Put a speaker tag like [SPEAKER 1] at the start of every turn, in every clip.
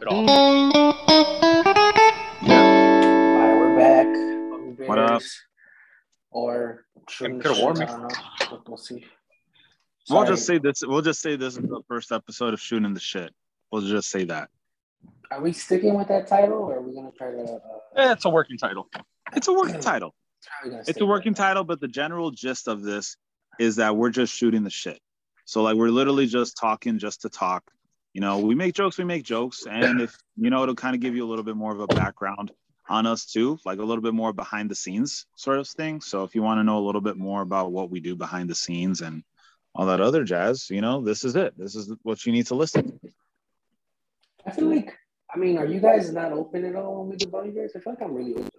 [SPEAKER 1] at all.
[SPEAKER 2] All right, we're back.
[SPEAKER 3] What up?
[SPEAKER 2] Bears. Or shouldn't-
[SPEAKER 1] could've warned me.
[SPEAKER 2] I don't know. We'll see.
[SPEAKER 3] We'll
[SPEAKER 2] Sorry.
[SPEAKER 3] just say this. We'll just say this is the first episode of shooting the shit. We'll just say that.
[SPEAKER 2] Are we sticking with that title, or are we gonna try to? Uh,
[SPEAKER 1] Eh, it's a working title.
[SPEAKER 3] It's a working title.
[SPEAKER 2] probably gonna
[SPEAKER 3] It's
[SPEAKER 2] stick
[SPEAKER 3] a working
[SPEAKER 2] with that.
[SPEAKER 3] title, but the general gist of this is that we're just shooting the shit. So like we're literally just talking just to talk. You know, we make jokes, we make jokes, and if you know, it'll kind of give you a little bit more of a background on us too, like a little bit more behind the scenes sort of thing. So if you want to know a little bit more about what we do behind the scenes and all that other jazz, you know, this is it. This is what you need to listen. to.
[SPEAKER 2] I feel like. I mean, are you guys not open at all when we do Bunny Bears? I feel like I'm really open.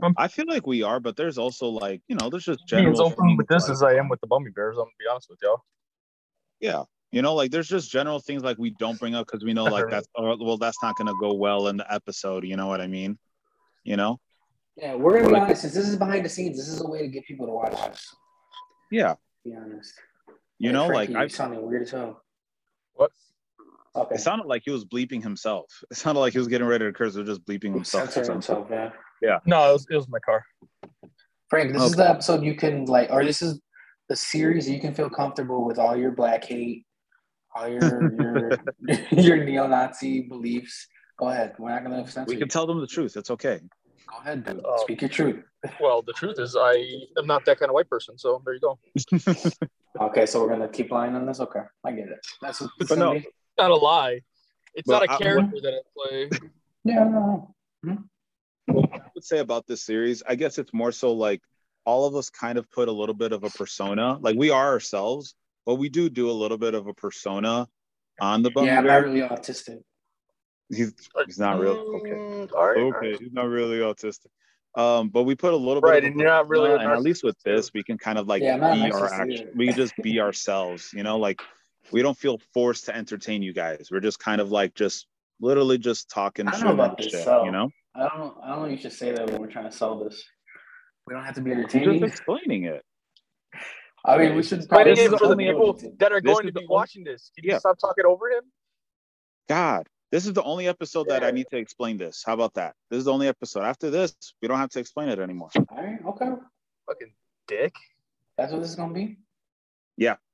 [SPEAKER 4] I'm
[SPEAKER 3] I feel like we are, but there's also like, you know, there's just
[SPEAKER 4] being as
[SPEAKER 3] general
[SPEAKER 4] open with
[SPEAKER 3] things,
[SPEAKER 4] this
[SPEAKER 3] like-
[SPEAKER 4] as I am with the Bummy Bears. I'm gonna be honest with y'all.
[SPEAKER 3] Yeah. You know, like there's just general things like we don't bring up because we know like that's or, well, that's not gonna go well in the episode. You know what I mean? You know?
[SPEAKER 2] Yeah, we're gonna be honest. Since this is behind the scenes, this is a way to get people to watch us. to
[SPEAKER 3] Yeah.
[SPEAKER 2] Be honest.
[SPEAKER 3] You know, like
[SPEAKER 2] I
[SPEAKER 3] I
[SPEAKER 2] sounding weird as hell.
[SPEAKER 4] What?
[SPEAKER 2] Okay.
[SPEAKER 3] it sounded like he was bleeping himself. It sounded like he was getting ready to curse or just bleeping himself.
[SPEAKER 2] Censoring himself, yeah.
[SPEAKER 4] No, it was, it was my car.
[SPEAKER 2] Frank, this is the episode you can like, or this is the series you can feel comfortable with all your black hate, all your your, your neo-Nazi beliefs. Go ahead. We're not gonna censor
[SPEAKER 3] We
[SPEAKER 2] you.
[SPEAKER 3] can tell them the truth. It's okay.
[SPEAKER 2] Go ahead, dude.
[SPEAKER 4] Oh.
[SPEAKER 2] Speak your truth.
[SPEAKER 4] Well, the truth is, I am not that kind of white person. So there you go.
[SPEAKER 2] Okay, so we're gonna keep lying on this. Okay, I get it. That's what it's
[SPEAKER 3] But
[SPEAKER 2] gonna
[SPEAKER 3] no.
[SPEAKER 2] be.
[SPEAKER 4] Not a lie. It's
[SPEAKER 3] Well,
[SPEAKER 4] not a
[SPEAKER 3] I-
[SPEAKER 4] character that I play.
[SPEAKER 2] Yeah, no, no.
[SPEAKER 3] I would say about this series, I guess it's more so like all of us kind of put a little bit of a persona. Like we are ourselves, but we do do a little bit of a persona on the
[SPEAKER 2] yeah,
[SPEAKER 3] Bummy
[SPEAKER 2] I'm not
[SPEAKER 3] Bear.
[SPEAKER 2] really autistic.
[SPEAKER 3] He's, he's not real. Okay.
[SPEAKER 4] Mm, all right. all right.
[SPEAKER 3] okay, he's not really autistic. Um, but we put a little
[SPEAKER 4] Right,
[SPEAKER 3] bit, of a
[SPEAKER 4] and you're not really
[SPEAKER 3] persona,
[SPEAKER 4] a
[SPEAKER 3] and at least with
[SPEAKER 4] narcissist,
[SPEAKER 3] this,
[SPEAKER 4] too.
[SPEAKER 3] we can kind of like
[SPEAKER 2] Yeah, I'm not a
[SPEAKER 3] be our
[SPEAKER 2] narcissist
[SPEAKER 3] act-
[SPEAKER 2] either.
[SPEAKER 3] we can just be ourselves, you know, like we don't feel forced to entertain you guys. We're just kind of like just literally just talking
[SPEAKER 2] I don't
[SPEAKER 3] shit,
[SPEAKER 2] know about
[SPEAKER 3] and
[SPEAKER 2] this,
[SPEAKER 3] shit,
[SPEAKER 2] so-
[SPEAKER 3] you know,
[SPEAKER 2] I don't. I don't know. You should say that when we're trying to sell this. We don't have to be
[SPEAKER 3] just
[SPEAKER 2] entertaining.
[SPEAKER 3] explaining it.
[SPEAKER 2] I mean, we should
[SPEAKER 4] But
[SPEAKER 2] probably.
[SPEAKER 4] it is for the
[SPEAKER 3] only-
[SPEAKER 4] people that are
[SPEAKER 3] this
[SPEAKER 4] going
[SPEAKER 3] is
[SPEAKER 4] to
[SPEAKER 3] the
[SPEAKER 4] be
[SPEAKER 3] only-
[SPEAKER 4] watching this. Can you
[SPEAKER 3] Yeah.
[SPEAKER 4] stop talking over him?
[SPEAKER 3] God, this is the only episode that I need to explain this. How about that? This is the only episode. After this, we don't have to explain it anymore.
[SPEAKER 2] All right. Okay.
[SPEAKER 4] Fucking dick.
[SPEAKER 2] That's what this is gonna be.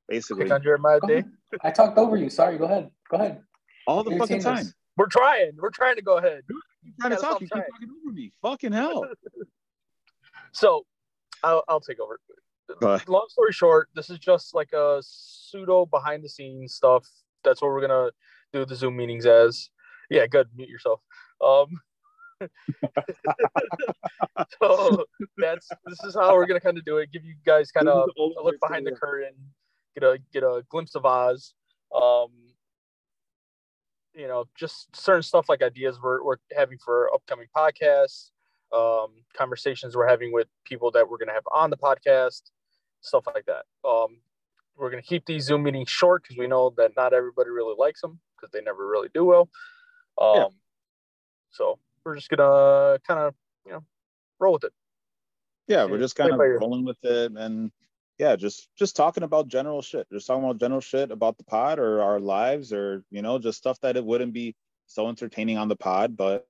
[SPEAKER 3] Basically,
[SPEAKER 4] Click on Jeremiah
[SPEAKER 2] Go
[SPEAKER 4] Dick.
[SPEAKER 2] ahead. I talked over you. Sorry. Go ahead. Go ahead.
[SPEAKER 3] all the fucking
[SPEAKER 2] Entertain us.
[SPEAKER 3] time.
[SPEAKER 4] We're trying. We're trying to go ahead.
[SPEAKER 3] You trying
[SPEAKER 4] Gotta
[SPEAKER 3] to talk?
[SPEAKER 4] stop
[SPEAKER 3] You keep
[SPEAKER 4] trying.
[SPEAKER 3] talking over me. Fucking hell.
[SPEAKER 4] So I'll, I'll take over.
[SPEAKER 3] Go ahead.
[SPEAKER 4] Long story short, this is just like a pseudo behind the scenes stuff. That's what we're gonna do the Zoom meetings as. Yeah, good. Mute yourself. Um, so that's this is how we're gonna kind of do it. Give you guys kind
[SPEAKER 3] This
[SPEAKER 4] of
[SPEAKER 3] is the only
[SPEAKER 4] a look behind the
[SPEAKER 3] episode.
[SPEAKER 4] curtain, get a get a glimpse of Oz. Um, you know, just certain stuff like ideas we're, we're having for upcoming podcasts, um, conversations we're having with people that we're going to have on the podcast, stuff like that. Um, we're going to keep these Zoom meetings short because we know that not everybody really likes them because they never really do well. Um,
[SPEAKER 3] Yeah.
[SPEAKER 4] So we're just going to kind of, you know, roll with it.
[SPEAKER 3] yeah
[SPEAKER 4] So
[SPEAKER 3] we're
[SPEAKER 4] you
[SPEAKER 3] just
[SPEAKER 4] play
[SPEAKER 3] kind of
[SPEAKER 4] by ear.
[SPEAKER 3] rolling with it and yeah just just talking about general shit just talking about general shit about the pod or our lives or you know just stuff that it wouldn't be so entertaining on the pod but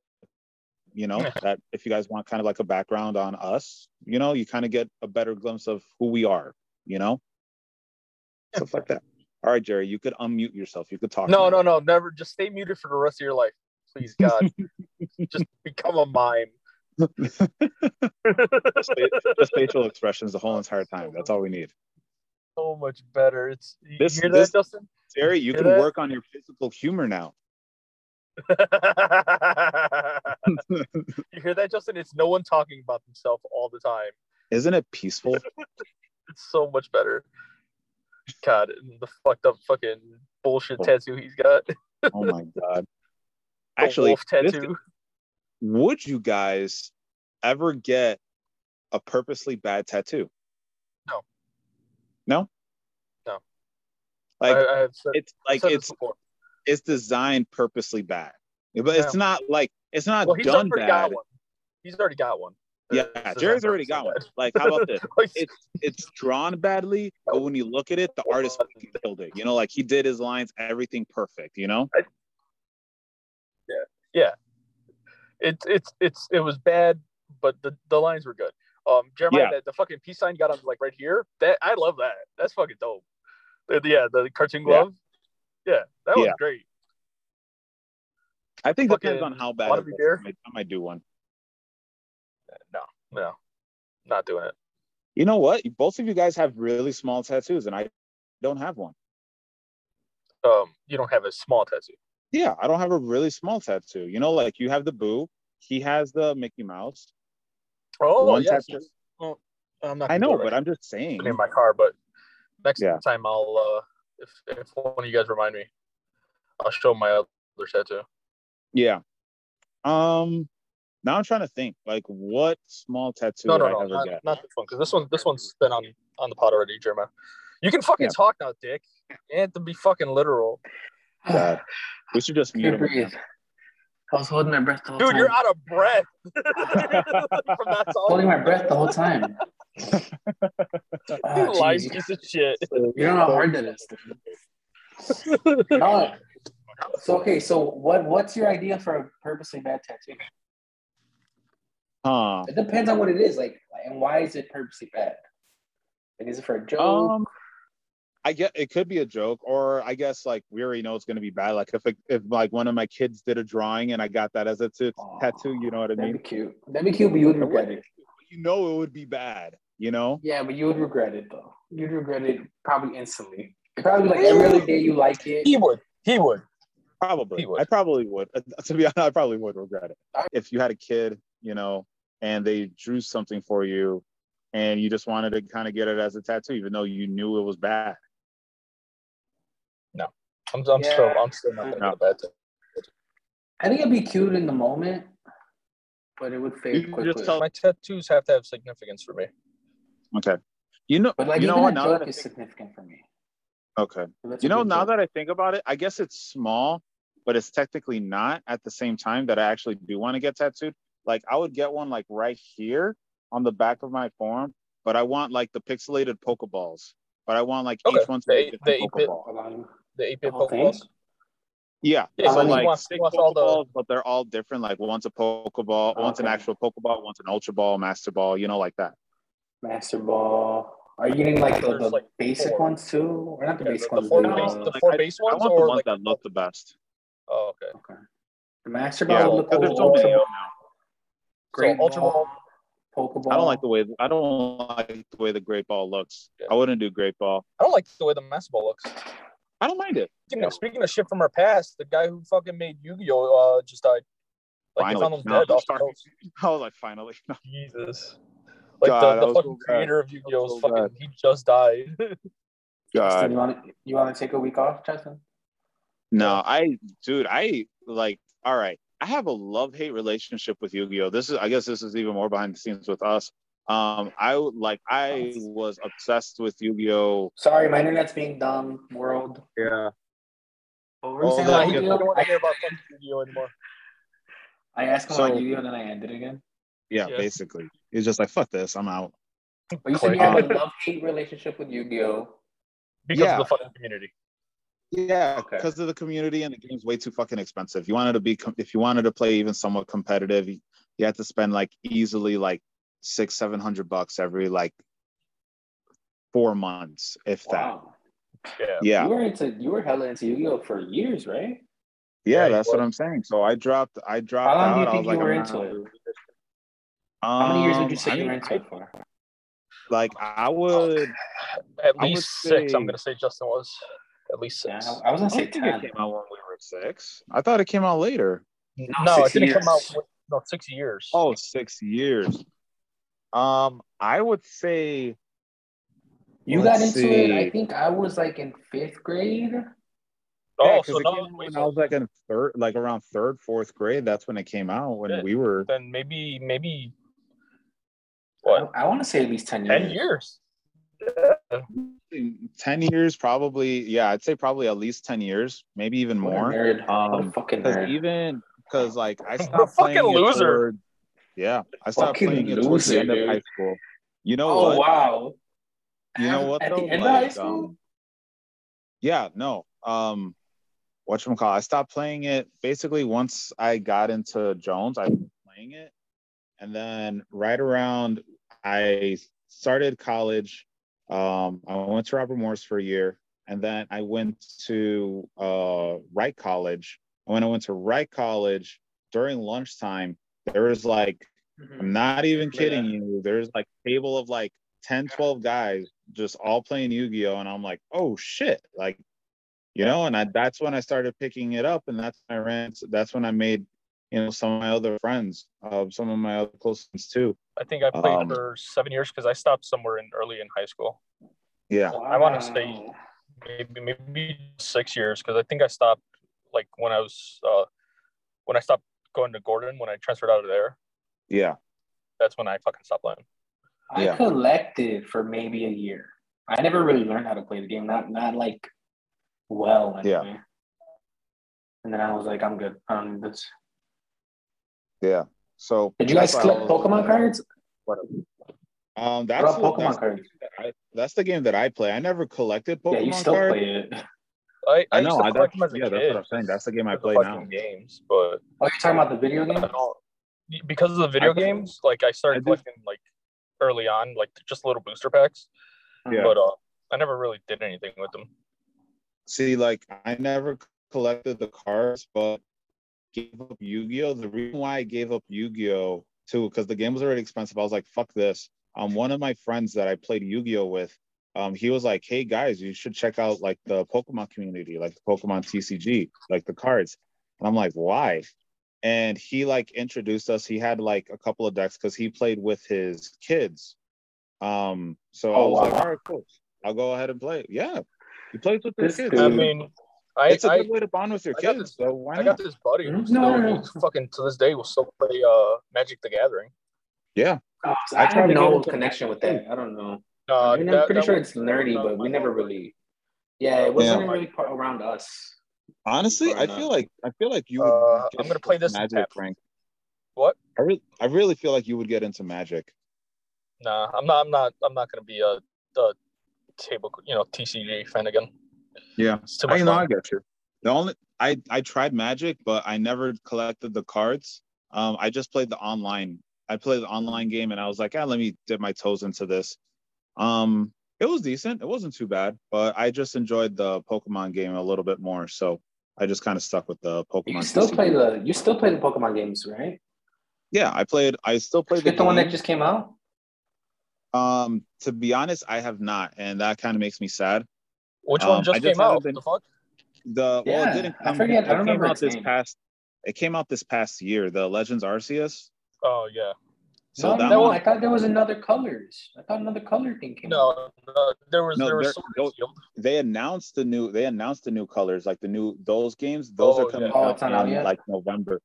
[SPEAKER 3] you know
[SPEAKER 4] Yeah.
[SPEAKER 3] that if you guys want kind of like a background on us you know you kind of get a better glimpse of who we are you know stuff like that all right jerry you could unmute yourself you could talk
[SPEAKER 4] No,
[SPEAKER 3] now.
[SPEAKER 4] no, no, never. Just stay muted for the rest of your life. Please, God. just become a mime.
[SPEAKER 3] just, fa- just facial expressions the whole entire time that's all we need
[SPEAKER 4] so much better. It's you
[SPEAKER 3] This-
[SPEAKER 4] hear
[SPEAKER 3] this-
[SPEAKER 4] that, Justin?
[SPEAKER 3] jerry you
[SPEAKER 4] Hear
[SPEAKER 3] can
[SPEAKER 4] that?
[SPEAKER 3] work on your physical humor now
[SPEAKER 4] you hear that, Justin? It's no one talking about themselves all the time.
[SPEAKER 3] isn't it peaceful
[SPEAKER 4] It's so much better. God, and the fucked up fucking bullshit tattoo he's got. The
[SPEAKER 3] oh my god actually
[SPEAKER 4] wolf
[SPEAKER 3] this-
[SPEAKER 4] tattoo.
[SPEAKER 3] would you guys ever get a purposely bad tattoo
[SPEAKER 4] No.
[SPEAKER 3] no
[SPEAKER 4] No. Uh,
[SPEAKER 3] like
[SPEAKER 4] I, I have said,
[SPEAKER 3] it's like
[SPEAKER 4] said this
[SPEAKER 3] it's
[SPEAKER 4] before.
[SPEAKER 3] it's designed purposely bad but it's not like it's not
[SPEAKER 4] Well, he's
[SPEAKER 3] done
[SPEAKER 4] already
[SPEAKER 3] bad
[SPEAKER 4] got one. He's already got one. This
[SPEAKER 3] yeah
[SPEAKER 4] is
[SPEAKER 3] jerry's
[SPEAKER 4] not
[SPEAKER 3] already got one
[SPEAKER 4] purposely
[SPEAKER 3] like how about this
[SPEAKER 4] bad.
[SPEAKER 3] it's it's drawn badly but when you look at it the artist fucking killed it you know like he did his lines everything perfect you know
[SPEAKER 4] it's it's it's it was bad, but the, the lines were good. Um, Jeremiah,
[SPEAKER 3] Yeah.
[SPEAKER 4] that, the fucking peace sign you got on like right here. That I love that. That's fucking dope. The- the- yeah, the cartoon
[SPEAKER 3] Yeah.
[SPEAKER 4] glove. Yeah, that was
[SPEAKER 3] Yeah.
[SPEAKER 4] great.
[SPEAKER 3] I think it depends on
[SPEAKER 4] Fucking
[SPEAKER 3] how bad
[SPEAKER 4] wanna
[SPEAKER 3] it
[SPEAKER 4] be
[SPEAKER 3] was.
[SPEAKER 4] there?
[SPEAKER 3] I might- I might do one.
[SPEAKER 4] No, not doing it.
[SPEAKER 3] You know what? Both of you guys have really small tattoos, and I don't have one.
[SPEAKER 4] Um, you don't have a small tattoo.
[SPEAKER 3] Yeah, I don't have a really small tattoo. You know, like you have the boo, he has the Mickey Mouse.
[SPEAKER 4] Oh,
[SPEAKER 3] One
[SPEAKER 4] yes.
[SPEAKER 3] tattoo.
[SPEAKER 4] I'm not. gonna
[SPEAKER 3] I know,
[SPEAKER 4] do it
[SPEAKER 3] but
[SPEAKER 4] right
[SPEAKER 3] I'm just saying.
[SPEAKER 4] in my car. But next
[SPEAKER 3] Yeah.
[SPEAKER 4] time I'll uh, if if one of you guys remind me, I'll show my other tattoo.
[SPEAKER 3] Yeah. Um. Now I'm trying to think, like, what small tattoo
[SPEAKER 4] No,
[SPEAKER 3] would
[SPEAKER 4] no,
[SPEAKER 3] I
[SPEAKER 4] no,
[SPEAKER 3] ever
[SPEAKER 4] not,
[SPEAKER 3] get?
[SPEAKER 4] not this one because this one this one's been on on the pod already, Jeremiah. You can fucking
[SPEAKER 3] Yeah.
[SPEAKER 4] talk now, Dick. You have to be fucking literal,
[SPEAKER 3] God. We should just mute
[SPEAKER 2] Can't
[SPEAKER 3] him.
[SPEAKER 2] breathe. I was holding my breath the whole
[SPEAKER 4] dude.
[SPEAKER 2] time.
[SPEAKER 4] You're out of breath from not
[SPEAKER 2] holding
[SPEAKER 4] talking.
[SPEAKER 2] my breath the whole time.
[SPEAKER 4] You
[SPEAKER 2] Ah,
[SPEAKER 4] lying
[SPEAKER 2] jeez,
[SPEAKER 4] piece of shit.
[SPEAKER 2] you, you don't know how hard that is. dude. no. So okay, so what what's your idea for a purposely bad tattoo?
[SPEAKER 3] Huh.
[SPEAKER 2] It depends on what it is, like, and why is it purposely bad? Like, is it for a joke?
[SPEAKER 3] Um. I get it could be a joke, or I guess like we already know it's gonna be bad. Like if it, if like one of my kids did a drawing and I got that as a t-
[SPEAKER 2] Aw,
[SPEAKER 3] tattoo, you know what I
[SPEAKER 2] That'd be
[SPEAKER 3] mean?
[SPEAKER 2] cute. That'd be cute, but you would regret it.
[SPEAKER 3] You know it would be bad. You know?
[SPEAKER 2] Yeah, but you would regret it though. You'd regret it probably instantly. Probably like every other day you like it.
[SPEAKER 4] He would. He would.
[SPEAKER 3] Probably.
[SPEAKER 4] He would.
[SPEAKER 3] I probably would. Uh, To be honest, I probably would regret it.
[SPEAKER 2] I-
[SPEAKER 3] If you had a kid, you know, and they drew something for you and you just wanted to kind of get it as a tattoo, even though you knew it was bad.
[SPEAKER 4] I'm, I'm still.
[SPEAKER 2] Yeah.
[SPEAKER 4] I'm still not gonna
[SPEAKER 3] No.
[SPEAKER 4] get a bad tattoo.
[SPEAKER 2] I think it'd be cute in the moment, but it would
[SPEAKER 3] You
[SPEAKER 2] fade
[SPEAKER 3] just
[SPEAKER 2] quickly.
[SPEAKER 3] tell-
[SPEAKER 4] My tattoos have to have significance for me.
[SPEAKER 3] Okay. You know,
[SPEAKER 2] but like
[SPEAKER 3] you know
[SPEAKER 2] even
[SPEAKER 3] what?
[SPEAKER 2] a
[SPEAKER 3] Now that
[SPEAKER 2] joke
[SPEAKER 3] I
[SPEAKER 2] is
[SPEAKER 3] think,
[SPEAKER 2] significant for me.
[SPEAKER 3] okay.
[SPEAKER 2] If it's a
[SPEAKER 3] You know,
[SPEAKER 2] good
[SPEAKER 3] now
[SPEAKER 2] joke.
[SPEAKER 3] that I think about it, I guess it's small, but it's technically not at the same time that I actually do want to get tattooed. Like I would get one like right here on the back of my forearm, but I want like the pixelated Pokeballs. But I want like
[SPEAKER 4] Okay.
[SPEAKER 3] each one to
[SPEAKER 4] The
[SPEAKER 3] be a
[SPEAKER 4] eight-
[SPEAKER 3] different
[SPEAKER 4] the eight-bit-
[SPEAKER 3] Pokeball.
[SPEAKER 2] Hold on.
[SPEAKER 4] The eight
[SPEAKER 2] The
[SPEAKER 4] bit
[SPEAKER 2] whole thing?
[SPEAKER 4] Pokeballs.
[SPEAKER 3] Yeah.
[SPEAKER 4] Yeah,
[SPEAKER 3] so
[SPEAKER 2] he
[SPEAKER 3] like
[SPEAKER 4] wants- he
[SPEAKER 3] six
[SPEAKER 4] wants all
[SPEAKER 3] Pokeballs,
[SPEAKER 4] the-
[SPEAKER 3] but they're all different. Like one's a Pokeball, one's an
[SPEAKER 2] Oh, Okay.
[SPEAKER 3] actual Pokeball, one's an Ultra Ball, Master Ball, you know, like that.
[SPEAKER 2] Master Ball. Are you getting like the,
[SPEAKER 4] There's,
[SPEAKER 2] the
[SPEAKER 4] like,
[SPEAKER 2] basic
[SPEAKER 4] four.
[SPEAKER 2] ones too? Or not the
[SPEAKER 4] Yeah,
[SPEAKER 2] basic
[SPEAKER 4] the, the
[SPEAKER 2] ones.
[SPEAKER 4] four
[SPEAKER 2] the,
[SPEAKER 3] No,
[SPEAKER 4] base,
[SPEAKER 2] uh,
[SPEAKER 4] the
[SPEAKER 3] like,
[SPEAKER 4] four base
[SPEAKER 3] I
[SPEAKER 4] ones,
[SPEAKER 3] want the
[SPEAKER 4] or
[SPEAKER 3] ones
[SPEAKER 4] like
[SPEAKER 3] that look the best.
[SPEAKER 4] oh, okay.
[SPEAKER 2] okay. The Master
[SPEAKER 3] Yeah,
[SPEAKER 2] Ball
[SPEAKER 4] So,
[SPEAKER 2] look
[SPEAKER 3] Because there's
[SPEAKER 2] cool.
[SPEAKER 4] Ultra
[SPEAKER 2] Ultra
[SPEAKER 3] so many
[SPEAKER 4] Ball,
[SPEAKER 2] Ball,
[SPEAKER 3] out now.
[SPEAKER 2] Great
[SPEAKER 4] Ultra
[SPEAKER 2] Ball, Pokeball.
[SPEAKER 3] uh, I don't like the way I don't like the way the Great Ball looks.
[SPEAKER 4] Yeah.
[SPEAKER 3] I wouldn't do Great Ball.
[SPEAKER 4] I don't like the way the Master Ball looks.
[SPEAKER 3] I don't mind it.
[SPEAKER 4] Speaking of, speaking of shit from our past, the guy who fucking made Yu-Gi-Oh uh, just died. Like
[SPEAKER 3] Finally.
[SPEAKER 4] they found him
[SPEAKER 3] No,
[SPEAKER 4] dead
[SPEAKER 3] I'm
[SPEAKER 4] off the
[SPEAKER 3] sorry.
[SPEAKER 4] coast.
[SPEAKER 3] I was like, finally.
[SPEAKER 4] Jesus. Like
[SPEAKER 3] God,
[SPEAKER 4] the,
[SPEAKER 3] that
[SPEAKER 4] the
[SPEAKER 3] was
[SPEAKER 4] fucking
[SPEAKER 3] so bad.
[SPEAKER 4] creator of Yu-Gi-Oh is
[SPEAKER 3] So
[SPEAKER 4] fucking he just died.
[SPEAKER 2] Justin,
[SPEAKER 3] God.
[SPEAKER 2] you want to you want to take a week off, Justin?
[SPEAKER 3] No, I dude, I like all right. I have a love-hate relationship with Yu-Gi-Oh. This is I guess this is even more behind the scenes with us. Um, I would- like I was obsessed with Yu-Gi-Oh.
[SPEAKER 2] Sorry, my internet's being dumb. World.
[SPEAKER 3] Yeah.
[SPEAKER 2] What were you
[SPEAKER 3] Oh,
[SPEAKER 2] saying
[SPEAKER 3] no,
[SPEAKER 2] about
[SPEAKER 3] I get
[SPEAKER 4] I
[SPEAKER 2] Yu-Gi-Oh?
[SPEAKER 4] don't want to
[SPEAKER 2] I,
[SPEAKER 4] hear about fucking Yu-Gi-Oh anymore.
[SPEAKER 2] I asked him
[SPEAKER 3] So-
[SPEAKER 2] about Yu-Gi-Oh, and then I ended again.
[SPEAKER 3] Yeah,
[SPEAKER 4] Yeah.
[SPEAKER 3] basically. It's just like fuck this, I'm out.
[SPEAKER 2] But you said you have a love-hate relationship with Yu-Gi-Oh.
[SPEAKER 4] Because
[SPEAKER 3] Yeah.
[SPEAKER 4] of the fucking community.
[SPEAKER 3] Yeah,
[SPEAKER 2] Okay.
[SPEAKER 3] because of the community and the game's way too fucking expensive. You wanted to be com- if you wanted to play even somewhat competitive, you, you had to spend like easily like six, seven hundred bucks every like four months, if that.
[SPEAKER 2] Wow.
[SPEAKER 4] Yeah.
[SPEAKER 3] Yeah.
[SPEAKER 2] You were into you were hella into Yu-Gi-Oh for years, right?
[SPEAKER 3] Yeah,
[SPEAKER 4] Yeah,
[SPEAKER 3] that's
[SPEAKER 4] you
[SPEAKER 3] what I'm saying. So I dropped. I dropped
[SPEAKER 2] How long do
[SPEAKER 3] out.
[SPEAKER 2] you
[SPEAKER 3] I was
[SPEAKER 2] think
[SPEAKER 3] like,
[SPEAKER 2] you were
[SPEAKER 3] I'm
[SPEAKER 2] into
[SPEAKER 3] not-
[SPEAKER 2] it?
[SPEAKER 3] Um,
[SPEAKER 2] How many years would you say
[SPEAKER 3] I
[SPEAKER 2] you were
[SPEAKER 3] mean,
[SPEAKER 2] into Oh, it for?
[SPEAKER 3] Like I would.
[SPEAKER 4] At
[SPEAKER 3] I would
[SPEAKER 4] least six, I'm
[SPEAKER 3] say-
[SPEAKER 4] gonna say Justin was. At least
[SPEAKER 2] Yeah,
[SPEAKER 4] six.
[SPEAKER 2] I was
[SPEAKER 3] I
[SPEAKER 2] gonna say
[SPEAKER 3] don't think it
[SPEAKER 2] ten.
[SPEAKER 3] came out when we were six. I thought it came out later.
[SPEAKER 4] no,
[SPEAKER 2] six
[SPEAKER 4] it didn't come out
[SPEAKER 2] years.
[SPEAKER 4] with, no six years.
[SPEAKER 3] Oh, six years. Um, I would say
[SPEAKER 2] You
[SPEAKER 3] Let's
[SPEAKER 2] got into it.
[SPEAKER 3] see.
[SPEAKER 2] I think I was like in fifth grade.
[SPEAKER 3] Yeah,
[SPEAKER 4] oh
[SPEAKER 3] 'cause
[SPEAKER 4] so
[SPEAKER 3] it
[SPEAKER 4] no,
[SPEAKER 3] came out
[SPEAKER 4] wait,
[SPEAKER 3] when I
[SPEAKER 4] so
[SPEAKER 3] was like in third, like around third, fourth grade. That's when it came out. When
[SPEAKER 4] Yeah.
[SPEAKER 3] we were,
[SPEAKER 4] then maybe maybe
[SPEAKER 2] I,
[SPEAKER 4] what
[SPEAKER 2] I want to say at least ten years.
[SPEAKER 4] ten years.
[SPEAKER 3] ten years, probably. Yeah, I'd say probably at least ten years, maybe even
[SPEAKER 2] What a
[SPEAKER 3] more.
[SPEAKER 2] nerd. what a
[SPEAKER 3] Um,
[SPEAKER 2] fucking
[SPEAKER 3] Because
[SPEAKER 2] nerd.
[SPEAKER 3] even because like
[SPEAKER 4] You're
[SPEAKER 3] I
[SPEAKER 4] a
[SPEAKER 3] stopped
[SPEAKER 4] fucking
[SPEAKER 3] playing it
[SPEAKER 4] loser.
[SPEAKER 3] toward- yeah, I stopped
[SPEAKER 2] Fucking
[SPEAKER 3] playing it towards the
[SPEAKER 2] loser,
[SPEAKER 3] end
[SPEAKER 2] dude.
[SPEAKER 3] of high school. You know
[SPEAKER 2] Oh
[SPEAKER 3] what?
[SPEAKER 2] wow.
[SPEAKER 3] You know what
[SPEAKER 2] At
[SPEAKER 3] though?
[SPEAKER 2] the end
[SPEAKER 3] Like,
[SPEAKER 2] of high school.
[SPEAKER 3] um, yeah, no. Um, what call? I stopped playing it basically once I got into Jones. I hang it. And then right around, I started college. Um, I went to Robert Morris for a year, and then I went to uh, Wright College. And when I went to Wright College during lunchtime, there was like,
[SPEAKER 2] Mm-hmm.
[SPEAKER 3] I'm not even kidding you, there's like table of like 10, 12 guys just all playing Yu-Gi-Oh! And I'm like, oh shit. Like, you know, and I, that's when I started picking it up. And that's when I ran, that's when I made, you know, some of my other friends, uh, some of my other close friends too.
[SPEAKER 4] I think I played
[SPEAKER 3] Um,
[SPEAKER 4] for seven years because I stopped somewhere in early in high school.
[SPEAKER 3] Yeah.
[SPEAKER 4] I wanna say- Maybe maybe six years because I think I stopped like when I was uh, when I stopped going to Gordon when I transferred out of there.
[SPEAKER 3] Yeah.
[SPEAKER 4] That's when I fucking stopped playing.
[SPEAKER 2] I
[SPEAKER 3] Yeah.
[SPEAKER 2] collected for maybe a year. I never really learned how to play the game, not not like well.
[SPEAKER 3] Yeah.
[SPEAKER 2] Anyway. And then I was like, I'm good. Um, that's...
[SPEAKER 3] Yeah. So
[SPEAKER 2] Did you guys
[SPEAKER 3] that's why I
[SPEAKER 2] collect
[SPEAKER 3] was- uh,
[SPEAKER 2] Pokemon cards?
[SPEAKER 3] Um, that's,
[SPEAKER 2] about
[SPEAKER 3] the-
[SPEAKER 2] Pokemon
[SPEAKER 3] that's the
[SPEAKER 2] cards?
[SPEAKER 3] game that I- that's the game that I play. I never collected
[SPEAKER 2] yeah,
[SPEAKER 3] Pokemon
[SPEAKER 2] you still
[SPEAKER 3] cards.
[SPEAKER 2] play it. Oh,
[SPEAKER 4] I, I,
[SPEAKER 3] I
[SPEAKER 4] used
[SPEAKER 3] know.
[SPEAKER 4] to
[SPEAKER 3] I,
[SPEAKER 4] collect
[SPEAKER 3] that's,
[SPEAKER 4] them as a
[SPEAKER 3] yeah,
[SPEAKER 4] kid.
[SPEAKER 3] that's what I'm saying. That's the game I
[SPEAKER 4] because
[SPEAKER 3] play
[SPEAKER 4] of
[SPEAKER 3] now.
[SPEAKER 4] fucking games, but
[SPEAKER 2] Oh, you're talking about the video game?
[SPEAKER 4] I don't because of the video
[SPEAKER 3] I-
[SPEAKER 4] games. Like I
[SPEAKER 3] I
[SPEAKER 4] started
[SPEAKER 3] do-
[SPEAKER 4] collecting like early on, like just little booster packs.
[SPEAKER 2] Oh,
[SPEAKER 3] Yeah.
[SPEAKER 4] But uh, I never really did anything with them.
[SPEAKER 3] See, like I never collected the cards, but gave up Yu-Gi-Oh. The reason why I gave up Yu-Gi-Oh too, because the game was already expensive. I was like, fuck this. Um, one of my friends that I played Yu-Gi-Oh with, um, he was like, hey guys, you should check out like the Pokemon community, like the Pokemon TCG, like the cards. And I'm like, why? And he like introduced us. He had like a couple of decks because he played with his kids. Um, so I
[SPEAKER 2] Oh,
[SPEAKER 3] was
[SPEAKER 2] wow.
[SPEAKER 3] like, all right, cool. I'll go ahead and play. Yeah, he plays with his
[SPEAKER 2] This
[SPEAKER 3] kids.
[SPEAKER 2] dude-
[SPEAKER 4] I
[SPEAKER 2] Dude.
[SPEAKER 4] mean, I
[SPEAKER 3] it's a
[SPEAKER 4] I,
[SPEAKER 3] good way to bond with your
[SPEAKER 4] I got this-
[SPEAKER 3] kids. So why
[SPEAKER 4] I
[SPEAKER 3] not?
[SPEAKER 4] got this buddy
[SPEAKER 2] Mhm.
[SPEAKER 4] who's
[SPEAKER 2] No,
[SPEAKER 4] still
[SPEAKER 2] no, no.
[SPEAKER 4] who's fucking to this day will still play uh Magic the Gathering.
[SPEAKER 3] yeah,
[SPEAKER 2] Oh, so
[SPEAKER 3] I
[SPEAKER 2] I have
[SPEAKER 3] tried to get
[SPEAKER 2] no
[SPEAKER 3] into-
[SPEAKER 2] connection with that. I don't know.
[SPEAKER 4] Uh,
[SPEAKER 2] I mean,
[SPEAKER 4] that-
[SPEAKER 2] I'm pretty
[SPEAKER 4] that uh,
[SPEAKER 2] sure
[SPEAKER 4] was-
[SPEAKER 2] it's nerdy,
[SPEAKER 4] that was
[SPEAKER 2] but
[SPEAKER 4] my
[SPEAKER 2] we never
[SPEAKER 4] own-
[SPEAKER 2] really. Yeah, it wasn't
[SPEAKER 3] Yeah.
[SPEAKER 2] really part around us.
[SPEAKER 3] honestly,
[SPEAKER 2] Or
[SPEAKER 3] I
[SPEAKER 2] not.
[SPEAKER 3] feel like I feel like you. Would
[SPEAKER 4] Uh,
[SPEAKER 3] get
[SPEAKER 4] I'm gonna
[SPEAKER 3] into
[SPEAKER 4] play this in
[SPEAKER 3] Magic,
[SPEAKER 4] tap.
[SPEAKER 3] Frank.
[SPEAKER 4] What?
[SPEAKER 3] I really, I really feel like you would get into Magic.
[SPEAKER 4] Nah, I'm not. I'm not. I'm not gonna be a, a table, you know, TCG fan again.
[SPEAKER 3] Yeah,
[SPEAKER 4] It's too
[SPEAKER 3] I
[SPEAKER 4] much
[SPEAKER 3] know. I
[SPEAKER 4] fun.
[SPEAKER 3] get you. The only I I tried Magic, but I never collected the cards. Um, I just played the online. I played the online game, and I was like, ah, let me dip my toes into this. Um, it was decent. It wasn't too bad, but I just enjoyed the Pokemon game a little bit more. So I just kind of stuck with the Pokemon.
[SPEAKER 2] You still
[SPEAKER 3] TCG.
[SPEAKER 2] play the you still play the Pokemon games, right?
[SPEAKER 3] Yeah, I played. I still played
[SPEAKER 2] Is it the one
[SPEAKER 3] game.
[SPEAKER 2] that just came out?
[SPEAKER 3] Um, to be honest, I have not, and that kind of makes me sad.
[SPEAKER 4] Which
[SPEAKER 3] Um,
[SPEAKER 4] one
[SPEAKER 3] I
[SPEAKER 4] just
[SPEAKER 3] just
[SPEAKER 4] came out?
[SPEAKER 3] haven't been-
[SPEAKER 4] the fuck?
[SPEAKER 3] The well,
[SPEAKER 2] Yeah,
[SPEAKER 3] it didn't
[SPEAKER 2] I
[SPEAKER 3] come.
[SPEAKER 2] forget- I
[SPEAKER 3] it
[SPEAKER 2] don't
[SPEAKER 3] came
[SPEAKER 2] remember
[SPEAKER 3] out
[SPEAKER 2] its
[SPEAKER 3] this
[SPEAKER 2] name.
[SPEAKER 3] past. It came out this past year. The Legends Arceus.
[SPEAKER 4] Oh yeah.
[SPEAKER 3] So
[SPEAKER 2] no,
[SPEAKER 3] that
[SPEAKER 2] no,
[SPEAKER 3] one,
[SPEAKER 2] I thought there was another colors. I thought another color thing came. out.
[SPEAKER 4] No, no there was
[SPEAKER 3] No,
[SPEAKER 4] there
[SPEAKER 3] there-
[SPEAKER 4] was Sword and
[SPEAKER 3] those-
[SPEAKER 4] Shield.
[SPEAKER 3] they announced the new. They announced the new colors, like the new those games. Those
[SPEAKER 4] Oh,
[SPEAKER 3] are coming
[SPEAKER 4] yeah.
[SPEAKER 2] Oh,
[SPEAKER 3] out
[SPEAKER 2] it's not out
[SPEAKER 3] in
[SPEAKER 2] yet?
[SPEAKER 3] like November.